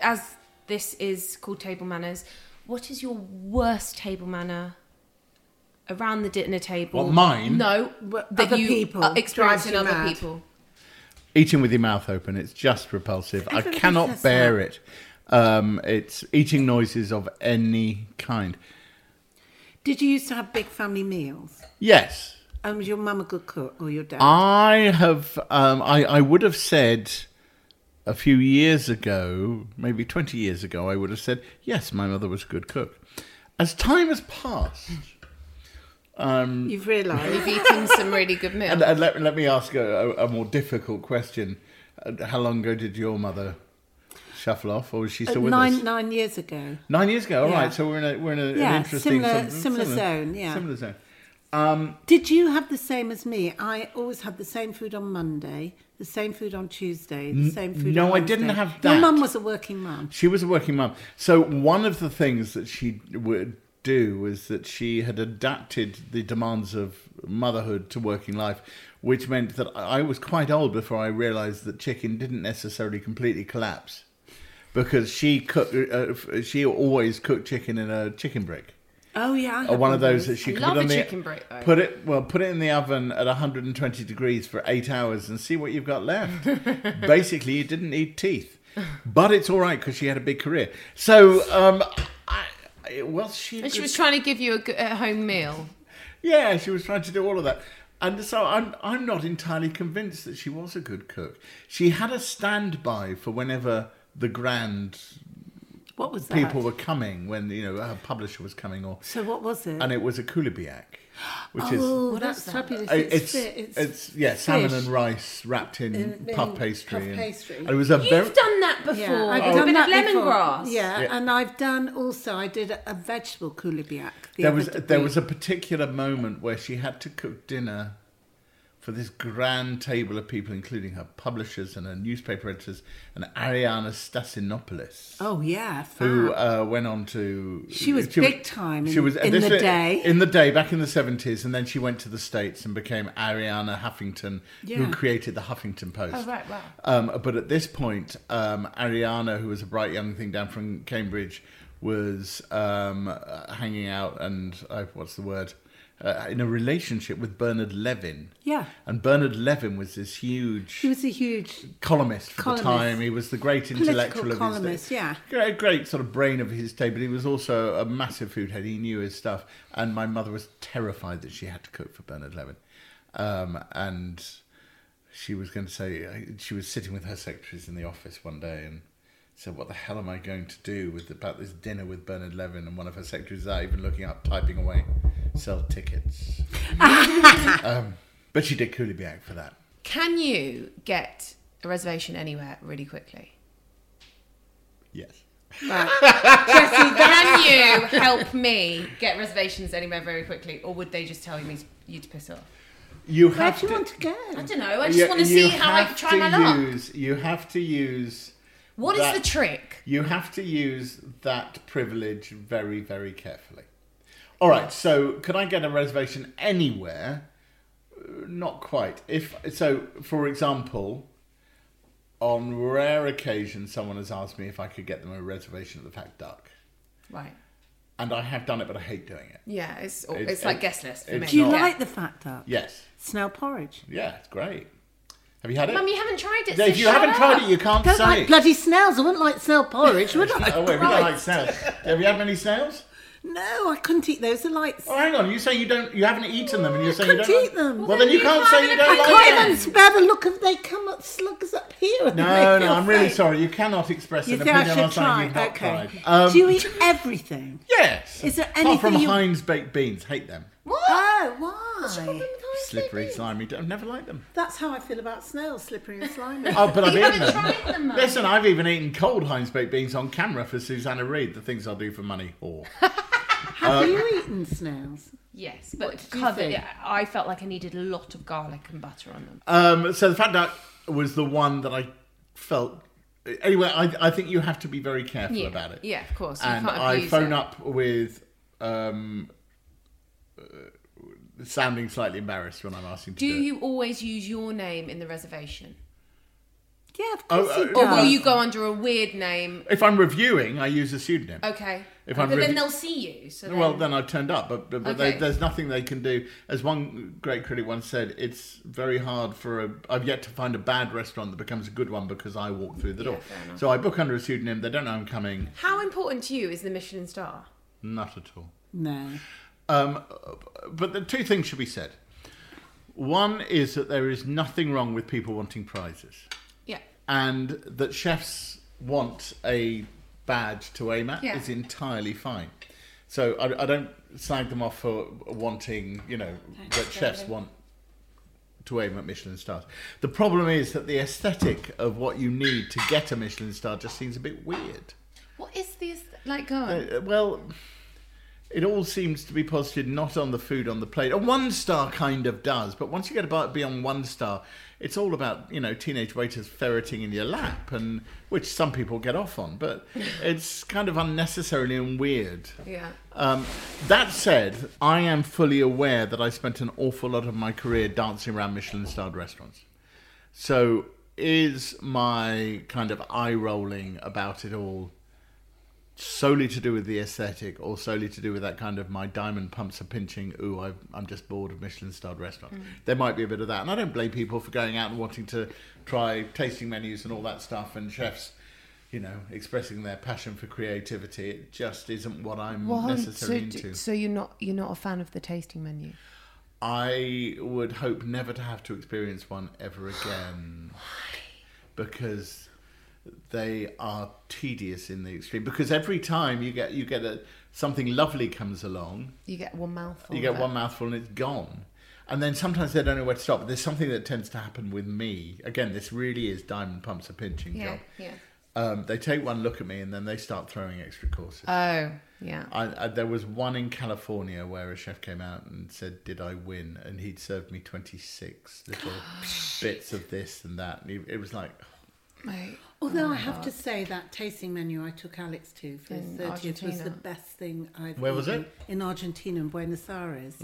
[SPEAKER 5] As this is called table manners, what is your worst table manner around the dinner table?
[SPEAKER 3] Well, mine?
[SPEAKER 5] No,
[SPEAKER 2] What,
[SPEAKER 5] that
[SPEAKER 2] other
[SPEAKER 5] you
[SPEAKER 2] people
[SPEAKER 5] uh, experience
[SPEAKER 2] drives
[SPEAKER 5] in
[SPEAKER 2] you
[SPEAKER 5] other
[SPEAKER 2] mad?
[SPEAKER 5] people.
[SPEAKER 3] Eating with your mouth open. It's just repulsive. I
[SPEAKER 2] Everybody
[SPEAKER 3] cannot
[SPEAKER 2] says
[SPEAKER 3] bear
[SPEAKER 2] that.
[SPEAKER 3] it. Um, it's eating noises of any kind.
[SPEAKER 2] Did you used to have big family meals?
[SPEAKER 3] Yes,
[SPEAKER 2] And was your mum a good cook or your dad?
[SPEAKER 5] Um,
[SPEAKER 3] I have. Um, I I would have said a few years ago, maybe twenty years ago, I would have said yes. My mother was a good cook. As time has passed,
[SPEAKER 2] You've realised.
[SPEAKER 5] You've eaten some really good meals.
[SPEAKER 3] and, uh, and let let me ask a, a, a more difficult question: Uh, How long ago did your mother shuffle off, or was she still with
[SPEAKER 2] Uh, nine
[SPEAKER 3] us?
[SPEAKER 2] nine years ago.
[SPEAKER 3] Nine years ago. All
[SPEAKER 2] Yeah.
[SPEAKER 3] right, so we're in a we're in a,
[SPEAKER 2] Yeah,
[SPEAKER 3] an interesting
[SPEAKER 2] similar-
[SPEAKER 3] some-
[SPEAKER 2] similar zone, yeah.
[SPEAKER 3] similar zone.
[SPEAKER 2] Did you have the same as me? I always had the same food on Monday, the same food on Tuesday, the same food. on
[SPEAKER 3] no, I didn't
[SPEAKER 2] Wednesday.
[SPEAKER 3] have that.
[SPEAKER 2] Your mum was a working mum.
[SPEAKER 3] She was a working mum. So one of the things that she would do was that she had adapted the demands of motherhood to working life, which meant that I I was quite old before I realised that chicken didn't necessarily completely collapse, because she cooked. Uh, f- she always cooked chicken in a chicken brick.
[SPEAKER 2] Oh yeah, I had
[SPEAKER 3] Or one of those that she
[SPEAKER 5] I
[SPEAKER 3] could
[SPEAKER 5] love
[SPEAKER 3] put,
[SPEAKER 5] a
[SPEAKER 3] on the,
[SPEAKER 5] chicken brick, though.
[SPEAKER 3] put it well put it in the oven at 120 degrees for eight hours and see what you've got left. Basically, you didn't need teeth, but it's all right because she had a big career. So, um, I, I, well, she,
[SPEAKER 5] And she
[SPEAKER 3] could-
[SPEAKER 5] was trying to give you a, good, a home meal.
[SPEAKER 3] yeah, she was trying to do all of that. And so I'm I'm not entirely convinced that she was a good cook. She had a standby for whenever the grand
[SPEAKER 2] What was that?
[SPEAKER 3] people were coming, when you know her publisher was coming, or
[SPEAKER 2] So what was it?
[SPEAKER 3] and it was a kulibiak, which is
[SPEAKER 2] oh, that's fabulous.
[SPEAKER 3] I-
[SPEAKER 2] It's,
[SPEAKER 3] it's,
[SPEAKER 2] fi-
[SPEAKER 3] it's, yeah, salmon and rice wrapped in,
[SPEAKER 2] In- in
[SPEAKER 3] puff pastry.
[SPEAKER 2] puff
[SPEAKER 3] and-
[SPEAKER 2] pastry.
[SPEAKER 3] and it was a very
[SPEAKER 5] You've done that before.
[SPEAKER 2] Yeah, I've
[SPEAKER 5] With a
[SPEAKER 2] done
[SPEAKER 5] bit
[SPEAKER 2] that
[SPEAKER 5] of
[SPEAKER 2] before.
[SPEAKER 5] lemongrass.
[SPEAKER 2] Yeah,
[SPEAKER 3] Oh. Yeah.
[SPEAKER 2] and I've done also. I did a, a vegetable kulibiak. the
[SPEAKER 3] there
[SPEAKER 2] other
[SPEAKER 3] was
[SPEAKER 2] d-
[SPEAKER 3] there
[SPEAKER 2] week.
[SPEAKER 3] was a particular moment where she had to cook dinner for this grand table of people, including her publishers and her newspaper editors, and Ariana Stasinopoulos.
[SPEAKER 2] Oh yeah,
[SPEAKER 3] Who
[SPEAKER 2] fab.
[SPEAKER 3] uh, went on to?
[SPEAKER 2] Ah. She was big time in- in
[SPEAKER 3] this
[SPEAKER 2] the
[SPEAKER 3] is-
[SPEAKER 2] day.
[SPEAKER 3] In the day, back in the seventies, and then she went to the states and became Ariana Huffington, who
[SPEAKER 2] Yeah. Oh,
[SPEAKER 3] created the Huffington Post.
[SPEAKER 5] Right, wow.
[SPEAKER 3] Um, but at this point, um, Ariana, who was a bright young thing down from Cambridge, was um, uh, hanging out and uh, what's the word? Uh, in a relationship with Bernard Levin.
[SPEAKER 2] Yeah.
[SPEAKER 3] And Bernard Levin was this huge
[SPEAKER 2] She was a huge.
[SPEAKER 3] columnist for
[SPEAKER 2] Columnist.
[SPEAKER 3] the time. He was the great
[SPEAKER 2] Political
[SPEAKER 3] intellectual of his
[SPEAKER 2] columnist,
[SPEAKER 3] day.
[SPEAKER 2] yeah.
[SPEAKER 3] Great, great sort of brain of his day, but he was also a massive food head. He knew his stuff. And my mother was terrified that she had to cook for Bernard Levin. Um, and she was going to say, she was sitting with her secretaries in the office one day and said, What the hell am I going to do with about this dinner with Bernard Levin? And one of her secretaries is out, even looking up, typing away, sell tickets. um, but she did coolly be out for that.
[SPEAKER 5] Can you get a reservation anywhere really quickly?
[SPEAKER 3] Yes.
[SPEAKER 5] Can you help me get reservations anywhere very quickly, or would they just tell me you to piss off?
[SPEAKER 3] You
[SPEAKER 2] Where
[SPEAKER 3] have
[SPEAKER 2] do you
[SPEAKER 3] to,
[SPEAKER 2] want to go?
[SPEAKER 5] I don't know. I just
[SPEAKER 3] You-
[SPEAKER 5] want to
[SPEAKER 3] you
[SPEAKER 5] see how I can
[SPEAKER 3] have
[SPEAKER 5] try
[SPEAKER 3] to
[SPEAKER 5] my luck.
[SPEAKER 3] Use, you have to use.
[SPEAKER 5] What is
[SPEAKER 3] that-
[SPEAKER 5] the trick?
[SPEAKER 3] You have to use that privilege very, very carefully. All right. So, could I get a reservation anywhere? Uh, Not quite. If so, for example, on rare occasion, someone has asked me if I could get them a reservation at the Fat Duck,
[SPEAKER 5] Right.
[SPEAKER 3] and I have done it, but I hate doing it.
[SPEAKER 5] Yeah, it's oh, it's,
[SPEAKER 3] It's-
[SPEAKER 5] like
[SPEAKER 3] it-
[SPEAKER 5] guest list for
[SPEAKER 3] it's
[SPEAKER 5] me.
[SPEAKER 2] Do you
[SPEAKER 3] not-
[SPEAKER 5] Yeah.
[SPEAKER 2] like the fat duck?
[SPEAKER 3] Yes.
[SPEAKER 2] Snail porridge.
[SPEAKER 3] Yeah, it's great. Have you had it?
[SPEAKER 5] Mum, you haven't tried it.
[SPEAKER 3] Yeah,
[SPEAKER 5] so
[SPEAKER 3] if you
[SPEAKER 5] shut
[SPEAKER 3] haven't
[SPEAKER 5] up.
[SPEAKER 3] tried it, you can't
[SPEAKER 2] Don't
[SPEAKER 3] say.
[SPEAKER 2] like bloody snails. I wouldn't like snail porridge, would I?
[SPEAKER 3] Oh wait, we don't like snails. Have you had many snails?
[SPEAKER 2] No, I couldn't eat those. They're like
[SPEAKER 3] Oh, hang on. You say you don't, you haven't eaten them, and you're
[SPEAKER 2] I
[SPEAKER 3] saying you don't
[SPEAKER 2] couldn't
[SPEAKER 3] like-
[SPEAKER 2] eat them.
[SPEAKER 3] Well, then you can't say you don't
[SPEAKER 2] I
[SPEAKER 3] like
[SPEAKER 2] can't even
[SPEAKER 3] them.
[SPEAKER 2] spare the look of they come up slugs up here. and
[SPEAKER 3] No,
[SPEAKER 2] they
[SPEAKER 3] no,
[SPEAKER 2] feel
[SPEAKER 3] I'm really
[SPEAKER 2] fake.
[SPEAKER 3] sorry. You cannot express
[SPEAKER 2] You
[SPEAKER 3] an
[SPEAKER 2] think I
[SPEAKER 3] opinion
[SPEAKER 2] should
[SPEAKER 3] on something
[SPEAKER 2] try?
[SPEAKER 3] you've not
[SPEAKER 2] Okay.
[SPEAKER 3] tried. Um,
[SPEAKER 2] Do you eat everything?
[SPEAKER 3] Yes.
[SPEAKER 2] Is there
[SPEAKER 3] Apart from
[SPEAKER 2] anything you-
[SPEAKER 3] Heinz baked beans, hate them.
[SPEAKER 2] What? Oh, why?
[SPEAKER 3] Slippery, slimy. I've never liked them.
[SPEAKER 2] That's how I feel about snails, slippery and slimy.
[SPEAKER 3] Oh, but I've
[SPEAKER 5] You
[SPEAKER 3] eaten
[SPEAKER 5] haven't
[SPEAKER 3] them.
[SPEAKER 5] tried them, though.
[SPEAKER 3] Listen, I've even eaten cold Heinz baked beans on camera for Susanna Reid. The things I'll do for money. Or
[SPEAKER 2] Have
[SPEAKER 3] uh,
[SPEAKER 2] you eaten snails?
[SPEAKER 5] Yes, but
[SPEAKER 2] do you
[SPEAKER 5] covered.
[SPEAKER 2] think?
[SPEAKER 5] I felt like I needed a lot of garlic and butter on them.
[SPEAKER 3] um, so the fat duck was the one that I felt. Anyway, I, I think you have to be very careful
[SPEAKER 5] Yeah.
[SPEAKER 3] about it.
[SPEAKER 5] Yeah, of course. You
[SPEAKER 3] And
[SPEAKER 5] can't
[SPEAKER 3] I
[SPEAKER 5] abuse
[SPEAKER 3] phone
[SPEAKER 5] it.
[SPEAKER 3] up with um, uh, sounding slightly embarrassed when I'm asking to
[SPEAKER 5] Do
[SPEAKER 3] do, it.
[SPEAKER 5] you always use your name in the reservation?
[SPEAKER 2] Yeah, of
[SPEAKER 3] Oh,
[SPEAKER 2] course you
[SPEAKER 3] oh,
[SPEAKER 5] Or
[SPEAKER 2] do.
[SPEAKER 5] will you go under a weird name?
[SPEAKER 3] If I'm reviewing, I use a pseudonym.
[SPEAKER 5] Okay.
[SPEAKER 3] If I'm
[SPEAKER 5] but
[SPEAKER 3] revi-
[SPEAKER 5] then they'll see you. Oh, So then,
[SPEAKER 3] Well, then I've turned up, but, but, but they,
[SPEAKER 5] Okay.
[SPEAKER 3] there's nothing they can do. As one great critic once said, it's very hard for a. I've yet to find a bad restaurant that becomes a good one because I walk through the door. So I book under a pseudonym. They don't know I'm coming.
[SPEAKER 5] How important to you is the Michelin star?
[SPEAKER 3] Not at all.
[SPEAKER 2] No.
[SPEAKER 3] Um, but the two things should be said. One is that there is nothing wrong with people wanting prizes,
[SPEAKER 5] Yeah.
[SPEAKER 3] and that chefs want a badge to aim at
[SPEAKER 5] Yeah.
[SPEAKER 3] is entirely fine. So I, I don't slag them off for wanting, you know, that chefs want to aim at Michelin stars. The problem is that the aesthetic of what you need to get a Michelin star just seems a bit weird.
[SPEAKER 5] What is this? Like, go on.
[SPEAKER 3] Uh, well, it all seems to be posited not on the food on the plate. A one star kind of does, but once you get about beyond one star, it's all about you know teenage waiters ferreting in your lap, and which some people get off on, but it's kind of unnecessarily and weird.
[SPEAKER 5] Yeah.
[SPEAKER 3] Um, that said, I am fully aware that I spent an awful lot of my career dancing around Michelin starred restaurants. So is my kind of eye rolling about it all solely to do with the aesthetic or solely to do with that kind of my diamond pumps are pinching ooh I, i'm just bored of michelin starred restaurants there might be a bit of that and i don't blame people for going out and wanting to try tasting menus and all that stuff and chefs you know expressing their passion for creativity it just isn't what i'm necessarily into
[SPEAKER 5] you're not you're not a fan of the tasting menu.
[SPEAKER 3] I would hope never to have to experience one ever again. Because they are tedious in the extreme. Because every time you get you get a something lovely comes along,
[SPEAKER 5] You get one mouthful.
[SPEAKER 3] you get
[SPEAKER 5] but-
[SPEAKER 3] one mouthful and it's gone. And then sometimes they don't know where to stop. There's something that tends to happen with me. Again, this really is diamond pumps a pinching
[SPEAKER 5] Yeah.
[SPEAKER 3] job.
[SPEAKER 5] Yeah.
[SPEAKER 3] Um, they take one look at me and then they start throwing extra courses.
[SPEAKER 5] Oh, yeah.
[SPEAKER 3] I, I, there was one in California where a chef came out and said, "Did I win?" And he'd served me twenty six little bits of this and that. And he, it was like,
[SPEAKER 5] Mate.
[SPEAKER 2] Although I have to say that tasting menu I took Alex to for his
[SPEAKER 5] In
[SPEAKER 2] 30th was the
[SPEAKER 5] Argentina.
[SPEAKER 2] best thing I've
[SPEAKER 3] Where was
[SPEAKER 2] eaten
[SPEAKER 3] it? Oh.
[SPEAKER 2] In Argentina, in Buenos Aires.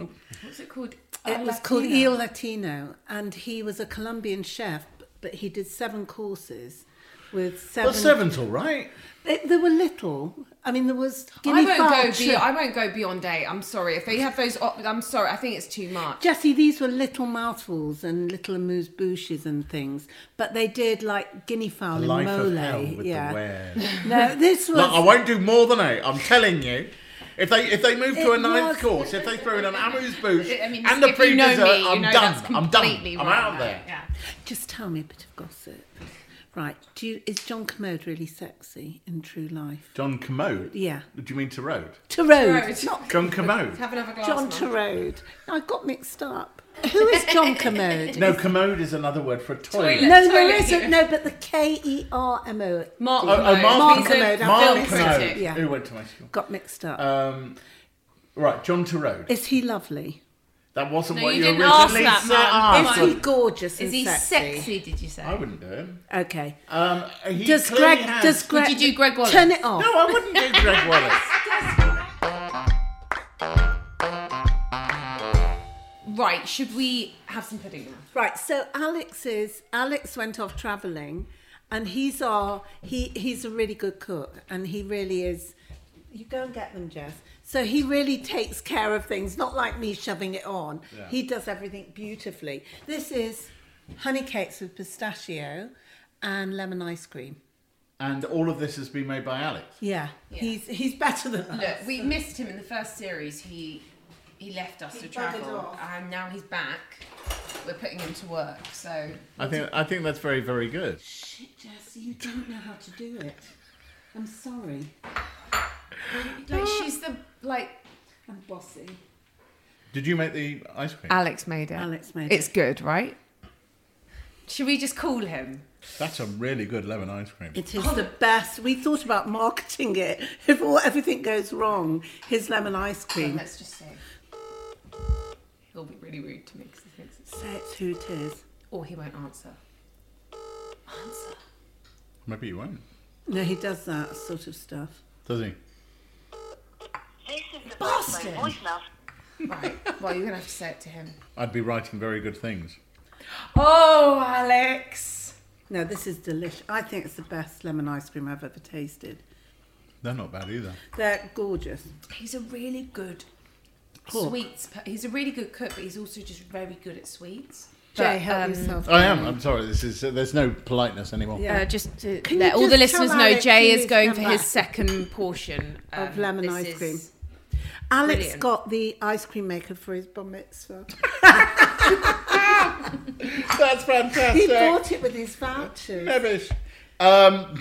[SPEAKER 5] What's it called?
[SPEAKER 2] It was called Il Latino, and he was a Colombian chef, but he did seven courses with seven.
[SPEAKER 3] "Well, seven's all right."
[SPEAKER 2] They, they were little. I mean, there was.
[SPEAKER 5] I
[SPEAKER 2] Guinea
[SPEAKER 5] won't go.
[SPEAKER 2] fowl,
[SPEAKER 5] Be- I won't go beyond eight. I'm sorry if they have those. Op- I'm sorry. I think it's too much.
[SPEAKER 2] Jesse, these were little mouthfuls and little amuse bouches and things, but they did like guinea fowl and
[SPEAKER 3] Life
[SPEAKER 2] mole.
[SPEAKER 3] of hell with the
[SPEAKER 2] yeah.
[SPEAKER 3] wares.
[SPEAKER 2] no, this was.
[SPEAKER 3] Look, I won't do more than eight. I'm telling you. If they if they move to a
[SPEAKER 2] It
[SPEAKER 3] ninth
[SPEAKER 2] was-
[SPEAKER 3] course, if they throw in an amuse bouche
[SPEAKER 5] I mean,
[SPEAKER 3] and a
[SPEAKER 5] if you
[SPEAKER 3] pre
[SPEAKER 5] know
[SPEAKER 3] dessert,
[SPEAKER 5] me, you
[SPEAKER 3] I'm,
[SPEAKER 5] know that's
[SPEAKER 3] done. I'm done.
[SPEAKER 5] completely
[SPEAKER 3] I'm
[SPEAKER 5] wrong.
[SPEAKER 3] out there.
[SPEAKER 5] Yeah.
[SPEAKER 2] Just tell me a bit of gossip. Right. Do you, is John Commode really sexy in true life?
[SPEAKER 3] John Commode.
[SPEAKER 2] Yeah.
[SPEAKER 3] Do you mean to road?
[SPEAKER 5] Oh,
[SPEAKER 2] Tarode. Not
[SPEAKER 3] John Commode.
[SPEAKER 5] Have another glass.
[SPEAKER 2] John
[SPEAKER 5] Mum.
[SPEAKER 2] Tarode. I got mixed up. Who is John Commode?
[SPEAKER 3] No, commode is another word for a toilet.
[SPEAKER 5] Toilet.
[SPEAKER 2] No, there
[SPEAKER 5] Totally.
[SPEAKER 2] isn't. No, but the K E R M O
[SPEAKER 5] Mark.
[SPEAKER 3] Oh, oh,
[SPEAKER 5] Commode.
[SPEAKER 3] Mark
[SPEAKER 5] He's a
[SPEAKER 2] Commode, I
[SPEAKER 3] Mark
[SPEAKER 5] film
[SPEAKER 2] Commode.
[SPEAKER 5] critic.
[SPEAKER 2] Yeah.
[SPEAKER 3] Who went to my school?
[SPEAKER 2] got mixed up.
[SPEAKER 3] Um, right, John Turode.
[SPEAKER 2] is he lovely?
[SPEAKER 3] That wasn't
[SPEAKER 5] No,
[SPEAKER 3] what
[SPEAKER 5] you
[SPEAKER 3] you,
[SPEAKER 5] didn't ask
[SPEAKER 3] originally
[SPEAKER 5] that,
[SPEAKER 3] said.
[SPEAKER 5] Mum.
[SPEAKER 3] Ah,
[SPEAKER 5] Come
[SPEAKER 2] Is
[SPEAKER 5] on.
[SPEAKER 2] he gorgeous?
[SPEAKER 5] Is
[SPEAKER 2] and
[SPEAKER 5] he
[SPEAKER 2] sexy?
[SPEAKER 5] sexy? Did you say?
[SPEAKER 3] I wouldn't do him.
[SPEAKER 2] Okay.
[SPEAKER 3] Um, he
[SPEAKER 2] Does
[SPEAKER 3] clearly
[SPEAKER 2] Greg?
[SPEAKER 3] has-
[SPEAKER 2] Does Greg?
[SPEAKER 5] you do Greg Wallace?
[SPEAKER 2] Turn it off.
[SPEAKER 3] No, I wouldn't do Greg Wallace.
[SPEAKER 5] Right. Should we have some pudding now?
[SPEAKER 2] Right. So Alex is Alex went off travelling, and he's our he he's a really good cook, and he really is. You go and get them, Jess. So he really takes care of things, not like me shoving it on. He does everything beautifully. This is honey cakes with pistachio and lemon ice cream.
[SPEAKER 3] And all of this has been made by Alex.
[SPEAKER 2] Yeah, he's he's better than us.
[SPEAKER 5] Look, we missed him in the first series. He he left us to
[SPEAKER 2] buggered
[SPEAKER 5] travel,
[SPEAKER 2] off.
[SPEAKER 5] and now he's back. We're putting him to work. So
[SPEAKER 3] I think I think that's very very good.
[SPEAKER 2] Shit, Jess, you don't know how to do it. I'm sorry.
[SPEAKER 5] like she's the like
[SPEAKER 2] I'm bossy.
[SPEAKER 3] Did you make the ice cream?
[SPEAKER 1] Alex made it.
[SPEAKER 2] Alex made
[SPEAKER 1] It's good, right? Should we just call him?
[SPEAKER 3] That's a really good lemon ice cream.
[SPEAKER 2] It is the best. We thought about marketing it. If all, everything goes wrong, his lemon ice cream.
[SPEAKER 1] Let's just say. He'll be really rude to me because he thinks it's.
[SPEAKER 2] Say it's who it is.
[SPEAKER 1] Or he won't answer. Answer.
[SPEAKER 3] Maybe you won't.
[SPEAKER 2] No, he does that sort of stuff.
[SPEAKER 3] Does he?
[SPEAKER 7] This is the Boston voicemail.
[SPEAKER 1] Right. Well, you're gonna have to say it to him.
[SPEAKER 3] I'd be writing very good things.
[SPEAKER 1] Oh, Alex.
[SPEAKER 2] No, this is delicious. I think it's the best lemon ice cream I've ever tasted.
[SPEAKER 3] They're not bad either.
[SPEAKER 2] They're gorgeous.
[SPEAKER 1] He's a really good
[SPEAKER 2] Cool.
[SPEAKER 1] sweets. per- He's a really good cook, but he's also just very good at sweets.
[SPEAKER 2] Jay,
[SPEAKER 1] But,
[SPEAKER 2] help
[SPEAKER 1] um,
[SPEAKER 2] yourself.
[SPEAKER 3] I am. I'm sorry. This is. there's no politeness anymore.
[SPEAKER 2] Yeah.
[SPEAKER 1] Uh, just to
[SPEAKER 2] Can
[SPEAKER 1] let
[SPEAKER 2] you
[SPEAKER 1] all the
[SPEAKER 2] just
[SPEAKER 1] listeners
[SPEAKER 2] tell
[SPEAKER 1] know,
[SPEAKER 2] Alex
[SPEAKER 1] Jay
[SPEAKER 2] he
[SPEAKER 1] is
[SPEAKER 2] needs
[SPEAKER 1] going
[SPEAKER 2] to
[SPEAKER 1] for
[SPEAKER 2] come
[SPEAKER 1] his
[SPEAKER 2] back?
[SPEAKER 1] second portion
[SPEAKER 2] Of
[SPEAKER 1] um,
[SPEAKER 2] lemon
[SPEAKER 1] this
[SPEAKER 2] ice
[SPEAKER 1] is-
[SPEAKER 2] cream. Alex
[SPEAKER 1] brilliant.
[SPEAKER 2] got the ice cream maker for his bar mitzvah.
[SPEAKER 3] That's fantastic.
[SPEAKER 2] He bought it with his vouchers.
[SPEAKER 3] Rubbish. Um,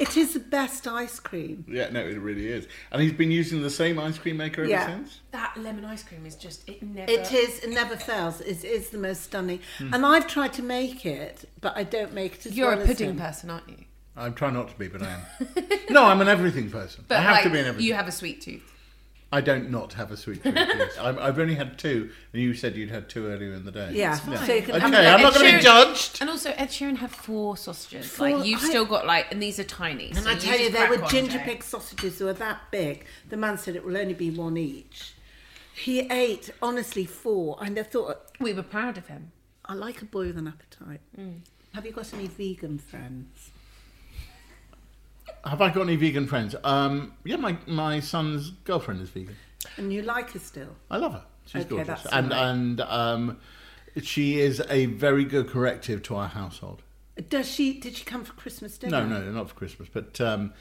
[SPEAKER 2] It is the best ice cream.
[SPEAKER 3] yeah, no, it really is. And he's been using the same ice cream maker ever
[SPEAKER 2] Yeah.
[SPEAKER 3] since.
[SPEAKER 1] That lemon ice cream is just it never.
[SPEAKER 2] It is. It never fails. It is the most stunning. And I've tried to make it, but I don't make it as
[SPEAKER 1] Hmm. You're
[SPEAKER 2] well
[SPEAKER 1] a
[SPEAKER 2] as
[SPEAKER 1] pudding
[SPEAKER 2] him.
[SPEAKER 1] person, aren't you?
[SPEAKER 3] I try not to be, but I am. no, I'm an everything person. I have to be an everything.
[SPEAKER 1] you have a sweet tooth.
[SPEAKER 3] I don't not have a sweet treat. yes. I'm, I've only had two, and you said you'd had two earlier in the day.
[SPEAKER 2] Yeah. So you can
[SPEAKER 3] Okay,
[SPEAKER 2] have
[SPEAKER 1] like
[SPEAKER 3] I'm
[SPEAKER 1] Ed
[SPEAKER 3] not going to
[SPEAKER 1] Sheeran.
[SPEAKER 3] be judged.
[SPEAKER 1] And also, Ed Sheeran had four sausages.
[SPEAKER 2] Four-
[SPEAKER 1] like you've
[SPEAKER 2] I-
[SPEAKER 1] still got like, and these are tiny.
[SPEAKER 2] And
[SPEAKER 1] so
[SPEAKER 2] I tell
[SPEAKER 1] just
[SPEAKER 2] you, there
[SPEAKER 1] crack
[SPEAKER 2] were
[SPEAKER 1] on,
[SPEAKER 2] ginger
[SPEAKER 1] Jay.
[SPEAKER 2] pig sausages that were that big. The man said it will only be one each. He ate, honestly, four. And I thought,
[SPEAKER 1] We were proud of him.
[SPEAKER 2] I like a boy with an appetite.
[SPEAKER 1] Hmm.
[SPEAKER 2] Have you got any vegan friends?
[SPEAKER 3] Have I got any vegan friends? Um, yeah, my, my son's girlfriend is vegan.
[SPEAKER 2] And you like her still?
[SPEAKER 3] I love her. She's
[SPEAKER 2] Okay,
[SPEAKER 3] gorgeous.
[SPEAKER 2] that's
[SPEAKER 3] and
[SPEAKER 2] all right.
[SPEAKER 3] and um, she is a very good corrective to our household.
[SPEAKER 2] Does she? Did she come for Christmas dinner?
[SPEAKER 3] No, no, not for Christmas, but um,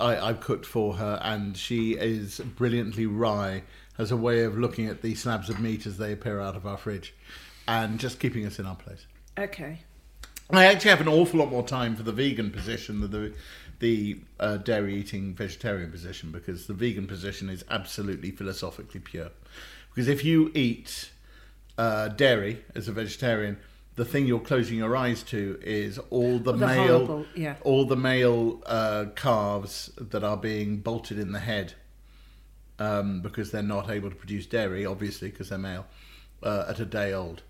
[SPEAKER 3] I, I've cooked for her, and she is brilliantly wry. Has a way of looking at the slabs of meat as they appear out of our fridge, and just keeping us in our place.
[SPEAKER 2] Okay.
[SPEAKER 3] I actually have an awful lot more time for the vegan position than the the uh, dairy eating vegetarian position because the vegan position is absolutely philosophically pure. Because if you eat uh, dairy as a vegetarian, the thing you're closing your eyes to is all the,
[SPEAKER 2] The
[SPEAKER 3] male,
[SPEAKER 2] horrible- yeah.
[SPEAKER 3] all the male uh, calves that are being bolted in the head um, because they're not able to produce dairy, obviously, because they're male, uh, at a day old.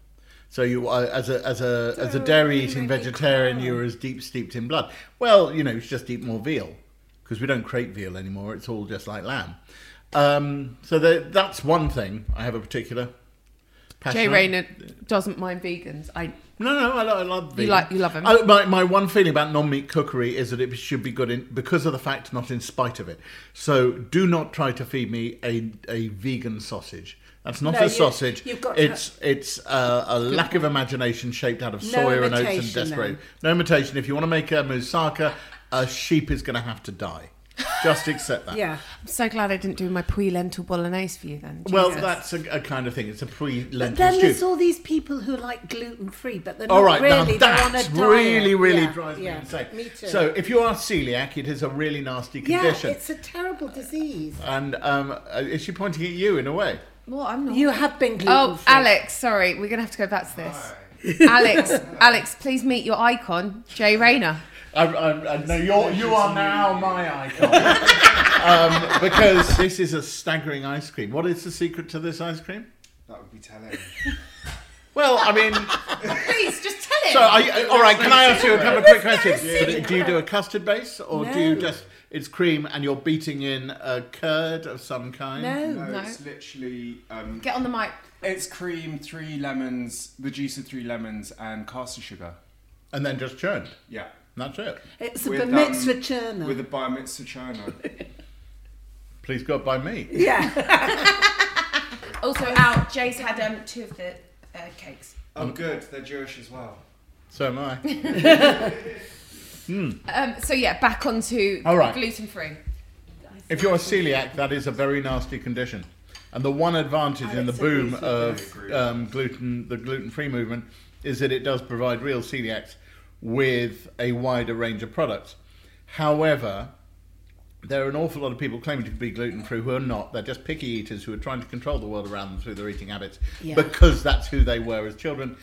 [SPEAKER 3] So you, are, as a as a as a dairy eating vegetarian, you're as deep steeped in blood. Well, you know, you should just eat more veal because we don't crate veal anymore. It's all just like lamb. Um, so that that's one thing I have a particular. Passion
[SPEAKER 1] Jay
[SPEAKER 3] on.
[SPEAKER 1] Rayner doesn't mind vegans. I
[SPEAKER 3] No, no, I, lo- I love vegan.
[SPEAKER 1] like- you love 'em.
[SPEAKER 3] I, my, my one feeling about non-meat cookery is that it should be good in, because of the fact, not in spite of it. So do not try to feed me a, a vegan sausage. That's not
[SPEAKER 2] No,
[SPEAKER 3] a
[SPEAKER 2] you-
[SPEAKER 3] sausage.
[SPEAKER 2] you've got to-
[SPEAKER 3] it's it's uh, a lack of imagination shaped out of soya and oats and
[SPEAKER 2] imitation,
[SPEAKER 3] desperate.
[SPEAKER 2] then.
[SPEAKER 3] No imitation. If you want to make a moussaka, a sheep is going to have to die. Just accept that.
[SPEAKER 2] Yeah.
[SPEAKER 1] I'm so glad I didn't do my pre lentil bolognese for you then.
[SPEAKER 3] Well,
[SPEAKER 1] Jesus.
[SPEAKER 3] that's a, a kind of thing. It's a
[SPEAKER 2] But
[SPEAKER 3] pre-lentil
[SPEAKER 2] then
[SPEAKER 3] stew.
[SPEAKER 2] there's all these people who are like gluten free, but they're
[SPEAKER 3] All
[SPEAKER 2] not
[SPEAKER 3] right,
[SPEAKER 2] really.
[SPEAKER 3] now
[SPEAKER 2] they're on a
[SPEAKER 3] that's
[SPEAKER 2] diet.
[SPEAKER 3] really, really
[SPEAKER 2] yeah,
[SPEAKER 3] drives
[SPEAKER 2] yeah,
[SPEAKER 3] me insane.
[SPEAKER 2] Me too.
[SPEAKER 3] So if you are celiac, it is a really nasty
[SPEAKER 2] yeah,
[SPEAKER 3] condition.
[SPEAKER 2] it's a terrible disease.
[SPEAKER 3] and um, uh, is she pointing at you in a way?
[SPEAKER 1] Well, I'm not.
[SPEAKER 2] You have been gluten free.
[SPEAKER 1] Oh, Alex, sorry, we're gonna have to go back to this. Alex, Alex, please meet your icon, Jay Rayner.
[SPEAKER 3] I, I, I, no, you're, you are now my icon. um, because this is a staggering ice cream. What is the secret to this ice cream?
[SPEAKER 8] That would be telling.
[SPEAKER 3] Well, I mean,
[SPEAKER 1] Please, just tell him.
[SPEAKER 3] so I, I- all right. Can I ask you a couple of quick questions? Do- Do you do a custard base, or do you
[SPEAKER 2] No.
[SPEAKER 3] just it's cream and you're beating in a curd of some kind?
[SPEAKER 2] No.
[SPEAKER 8] No, it's literally um,
[SPEAKER 1] Get on the mic.
[SPEAKER 8] it's cream, three lemons, the juice of three lemons, and caster sugar.
[SPEAKER 3] and then just churned.
[SPEAKER 8] Yeah,
[SPEAKER 3] That's it.
[SPEAKER 2] It's a
[SPEAKER 8] With,
[SPEAKER 2] bar
[SPEAKER 8] um,
[SPEAKER 2] mitzvah churner.
[SPEAKER 8] with a bar mitzvah chana.
[SPEAKER 3] Please God, by me.
[SPEAKER 2] yeah.
[SPEAKER 1] Also out, Jay's had um, two of the uh, cakes.
[SPEAKER 8] oh, good, they're Jewish as well.
[SPEAKER 3] So am I.
[SPEAKER 1] Um, so yeah, back onto
[SPEAKER 3] All right.
[SPEAKER 1] gluten free.
[SPEAKER 3] If you're a celiac, that is a very nasty condition. And the one advantage in the boom of um, gluten, the gluten-free movement, is that it does provide real celiacs with a wider range of products. However, there are an awful lot of people claiming to be gluten free who are not. They're just picky eaters who are trying to control the world around them through their eating habits
[SPEAKER 2] Yeah.
[SPEAKER 3] because that's who they were as children.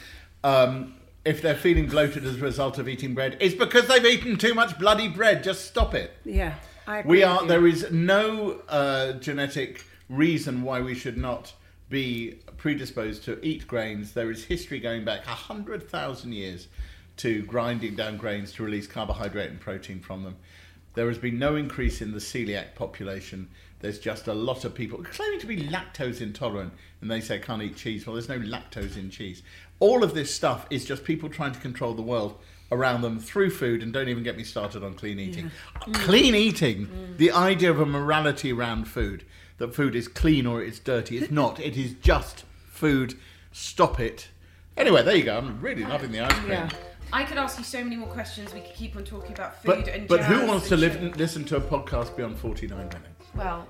[SPEAKER 3] Um, if they're feeling bloated as a result of eating bread, it's because they've eaten too much bloody bread. Just stop it.
[SPEAKER 2] Yeah, I agree
[SPEAKER 3] We are.
[SPEAKER 2] with you.
[SPEAKER 3] There is no uh, genetic reason why we should not be predisposed to eat grains. There is history going back hundred thousand years to grinding down grains to release carbohydrate and protein from them. There has been no increase in the celiac population. There's just a lot of people claiming to be lactose intolerant, and they say I can't eat cheese. Well, there's no lactose in cheese. All of this stuff is just people trying to control the world around them through food, and don't even get me started on clean eating. Uh, Clean eating,
[SPEAKER 5] Mm.
[SPEAKER 3] the idea of a morality around food, that food is clean or it's dirty. It's not. It is just food. Stop it. Anyway, there you go. I'm really loving the ice cream.
[SPEAKER 5] I could ask you so many more questions. We could keep on talking about food
[SPEAKER 3] But,
[SPEAKER 5] and
[SPEAKER 3] but who
[SPEAKER 5] jazz
[SPEAKER 3] wants to
[SPEAKER 5] and
[SPEAKER 3] live
[SPEAKER 5] shit.
[SPEAKER 3] listen to a podcast beyond 49 minutes?
[SPEAKER 5] Well,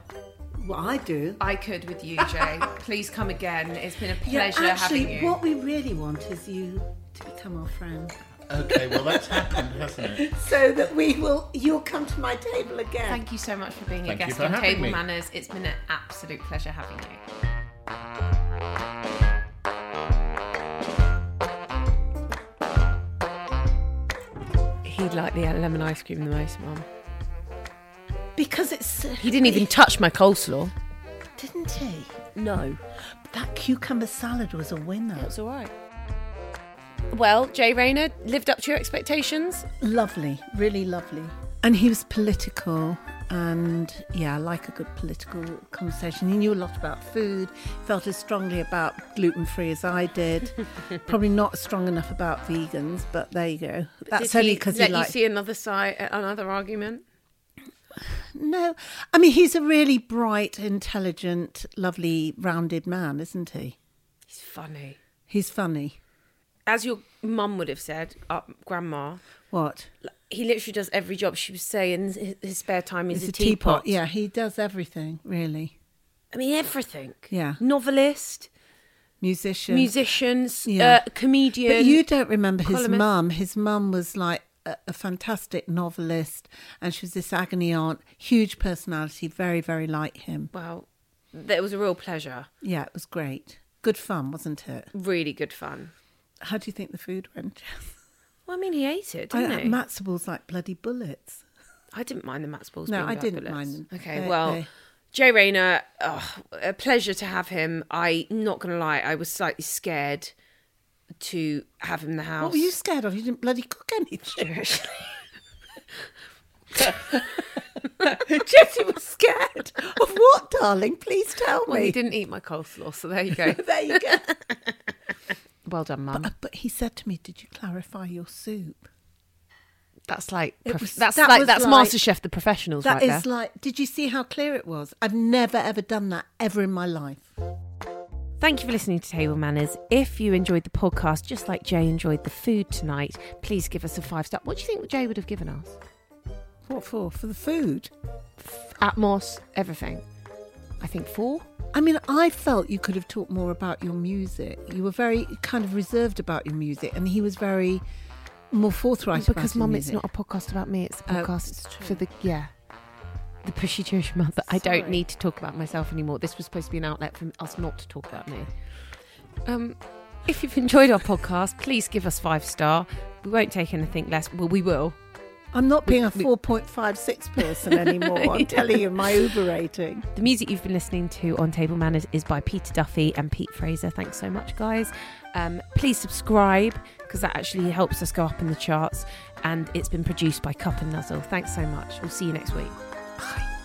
[SPEAKER 2] Well, I do.
[SPEAKER 5] I could with you, Jay. Please come again. It's been a
[SPEAKER 2] Yeah,
[SPEAKER 5] pleasure
[SPEAKER 2] actually,
[SPEAKER 5] having you.
[SPEAKER 2] what we really want is you to become our friend,
[SPEAKER 3] Okay, well, that's happened, hasn't it?
[SPEAKER 2] so that we will. You'll come to my table again.
[SPEAKER 5] Thank you so much for being
[SPEAKER 3] Thank
[SPEAKER 5] a
[SPEAKER 3] you
[SPEAKER 5] guest
[SPEAKER 3] for
[SPEAKER 5] on
[SPEAKER 3] having
[SPEAKER 5] Table
[SPEAKER 3] me.
[SPEAKER 5] Manners. It's been an absolute pleasure having you.
[SPEAKER 1] He'd like the lemon ice cream the most, Mum.
[SPEAKER 2] because it's uh,
[SPEAKER 9] He didn't even touch my coleslaw.
[SPEAKER 2] didn't he?
[SPEAKER 9] No.
[SPEAKER 2] That cucumber salad was a winner.
[SPEAKER 9] That's all right. Well, Jay Rayner lived up to your expectations.
[SPEAKER 2] Lovely, really lovely. And he was political, and yeah, I like a good political conversation. He knew a lot about food, felt as strongly about gluten free as I did. Probably not strong enough about vegans, but there you go. That's
[SPEAKER 9] Did
[SPEAKER 2] only
[SPEAKER 9] he
[SPEAKER 2] because he,
[SPEAKER 9] let
[SPEAKER 2] liked.
[SPEAKER 9] you see another side, another argument.
[SPEAKER 2] no, I mean he's a really bright, intelligent, lovely, rounded man, isn't he?
[SPEAKER 9] He's funny,
[SPEAKER 2] He's funny.
[SPEAKER 9] as your mum would have said, uh, grandma.
[SPEAKER 2] What?
[SPEAKER 9] He literally does every job. She was saying his, his spare time is Um,
[SPEAKER 2] He's
[SPEAKER 9] a, teapot.
[SPEAKER 2] Yeah, he does everything really.
[SPEAKER 9] I mean everything.
[SPEAKER 2] Yeah.
[SPEAKER 9] novelist,
[SPEAKER 2] Musician.
[SPEAKER 9] musicians,
[SPEAKER 2] Yeah.
[SPEAKER 9] uh, comedian.
[SPEAKER 2] But you don't remember his
[SPEAKER 9] columnist.
[SPEAKER 2] mum. His mum was like a, a fantastic novelist, and she was this agony aunt, huge personality, very, very like him.
[SPEAKER 9] Well, that was a real pleasure.
[SPEAKER 2] Yeah, it was great. Good fun, wasn't it?
[SPEAKER 9] Really good fun.
[SPEAKER 2] How do you think the food went?
[SPEAKER 9] Well, I mean, he ate it,
[SPEAKER 2] I, uh,
[SPEAKER 9] didn't he?
[SPEAKER 2] Matsables like bloody bullets.
[SPEAKER 9] I didn't mind the Matt's balls.
[SPEAKER 2] No,
[SPEAKER 9] being
[SPEAKER 2] I
[SPEAKER 9] about
[SPEAKER 2] didn't
[SPEAKER 9] bullets.
[SPEAKER 2] mind them.
[SPEAKER 9] Okay,
[SPEAKER 2] They-
[SPEAKER 9] well,
[SPEAKER 2] they-
[SPEAKER 9] Jay Rayner, oh, a pleasure to have him. I not gonna lie, I was slightly scared to have him in the house.
[SPEAKER 2] What were you scared of? You didn't bloody cook anything. Jessie was scared of what, darling? Please tell
[SPEAKER 9] Well, he
[SPEAKER 2] me.
[SPEAKER 9] didn't eat my coleslaw, so there you go.
[SPEAKER 2] There you go.
[SPEAKER 9] well done, Mum.
[SPEAKER 2] but, but he said to me, "Did you clarify your soup?"
[SPEAKER 9] That's like
[SPEAKER 2] It
[SPEAKER 9] prof-
[SPEAKER 2] was-
[SPEAKER 9] that's
[SPEAKER 2] that
[SPEAKER 9] like
[SPEAKER 2] was
[SPEAKER 9] that's
[SPEAKER 2] like-
[SPEAKER 9] Master Chef the professionals
[SPEAKER 2] That
[SPEAKER 9] right
[SPEAKER 2] is
[SPEAKER 9] there.
[SPEAKER 2] like, did you see how clear it was? I've never ever done that ever in my life.
[SPEAKER 1] Thank you for listening to Table Manners. If you enjoyed the podcast, just like Jay enjoyed the food tonight, please give us a five star. What do you think Jay would have given us?
[SPEAKER 2] What for? For the food?
[SPEAKER 1] Atmos, everything. I think four.
[SPEAKER 2] I mean, I felt you could have talked more about your music. You were very kind of reserved about your music, and he was very more forthright about
[SPEAKER 1] because
[SPEAKER 2] his
[SPEAKER 1] mum, it's
[SPEAKER 2] music.
[SPEAKER 1] not a podcast about me. It's a
[SPEAKER 2] Oh,
[SPEAKER 1] podcast
[SPEAKER 2] it's true.
[SPEAKER 1] for the yeah, the pushy Jewish mother. I don't
[SPEAKER 2] Sorry.
[SPEAKER 1] need to talk about myself anymore. This was supposed to be an outlet for us not to talk about me. Um, if you've enjoyed our podcast, please give us five star. We won't take anything less. Well, we will.
[SPEAKER 2] I'm not being a
[SPEAKER 1] We- we-
[SPEAKER 2] 4.56 person anymore. I'm telling you, my Uber rating.
[SPEAKER 1] The music you've been listening to on Table Manners is by Peter Duffy and Pete Fraser. Thanks so much, guys. Um, please subscribe because that actually helps us go up in the charts. And it's been produced by Cup and Nuzzle. Thanks so much. We'll see you next week. Bye.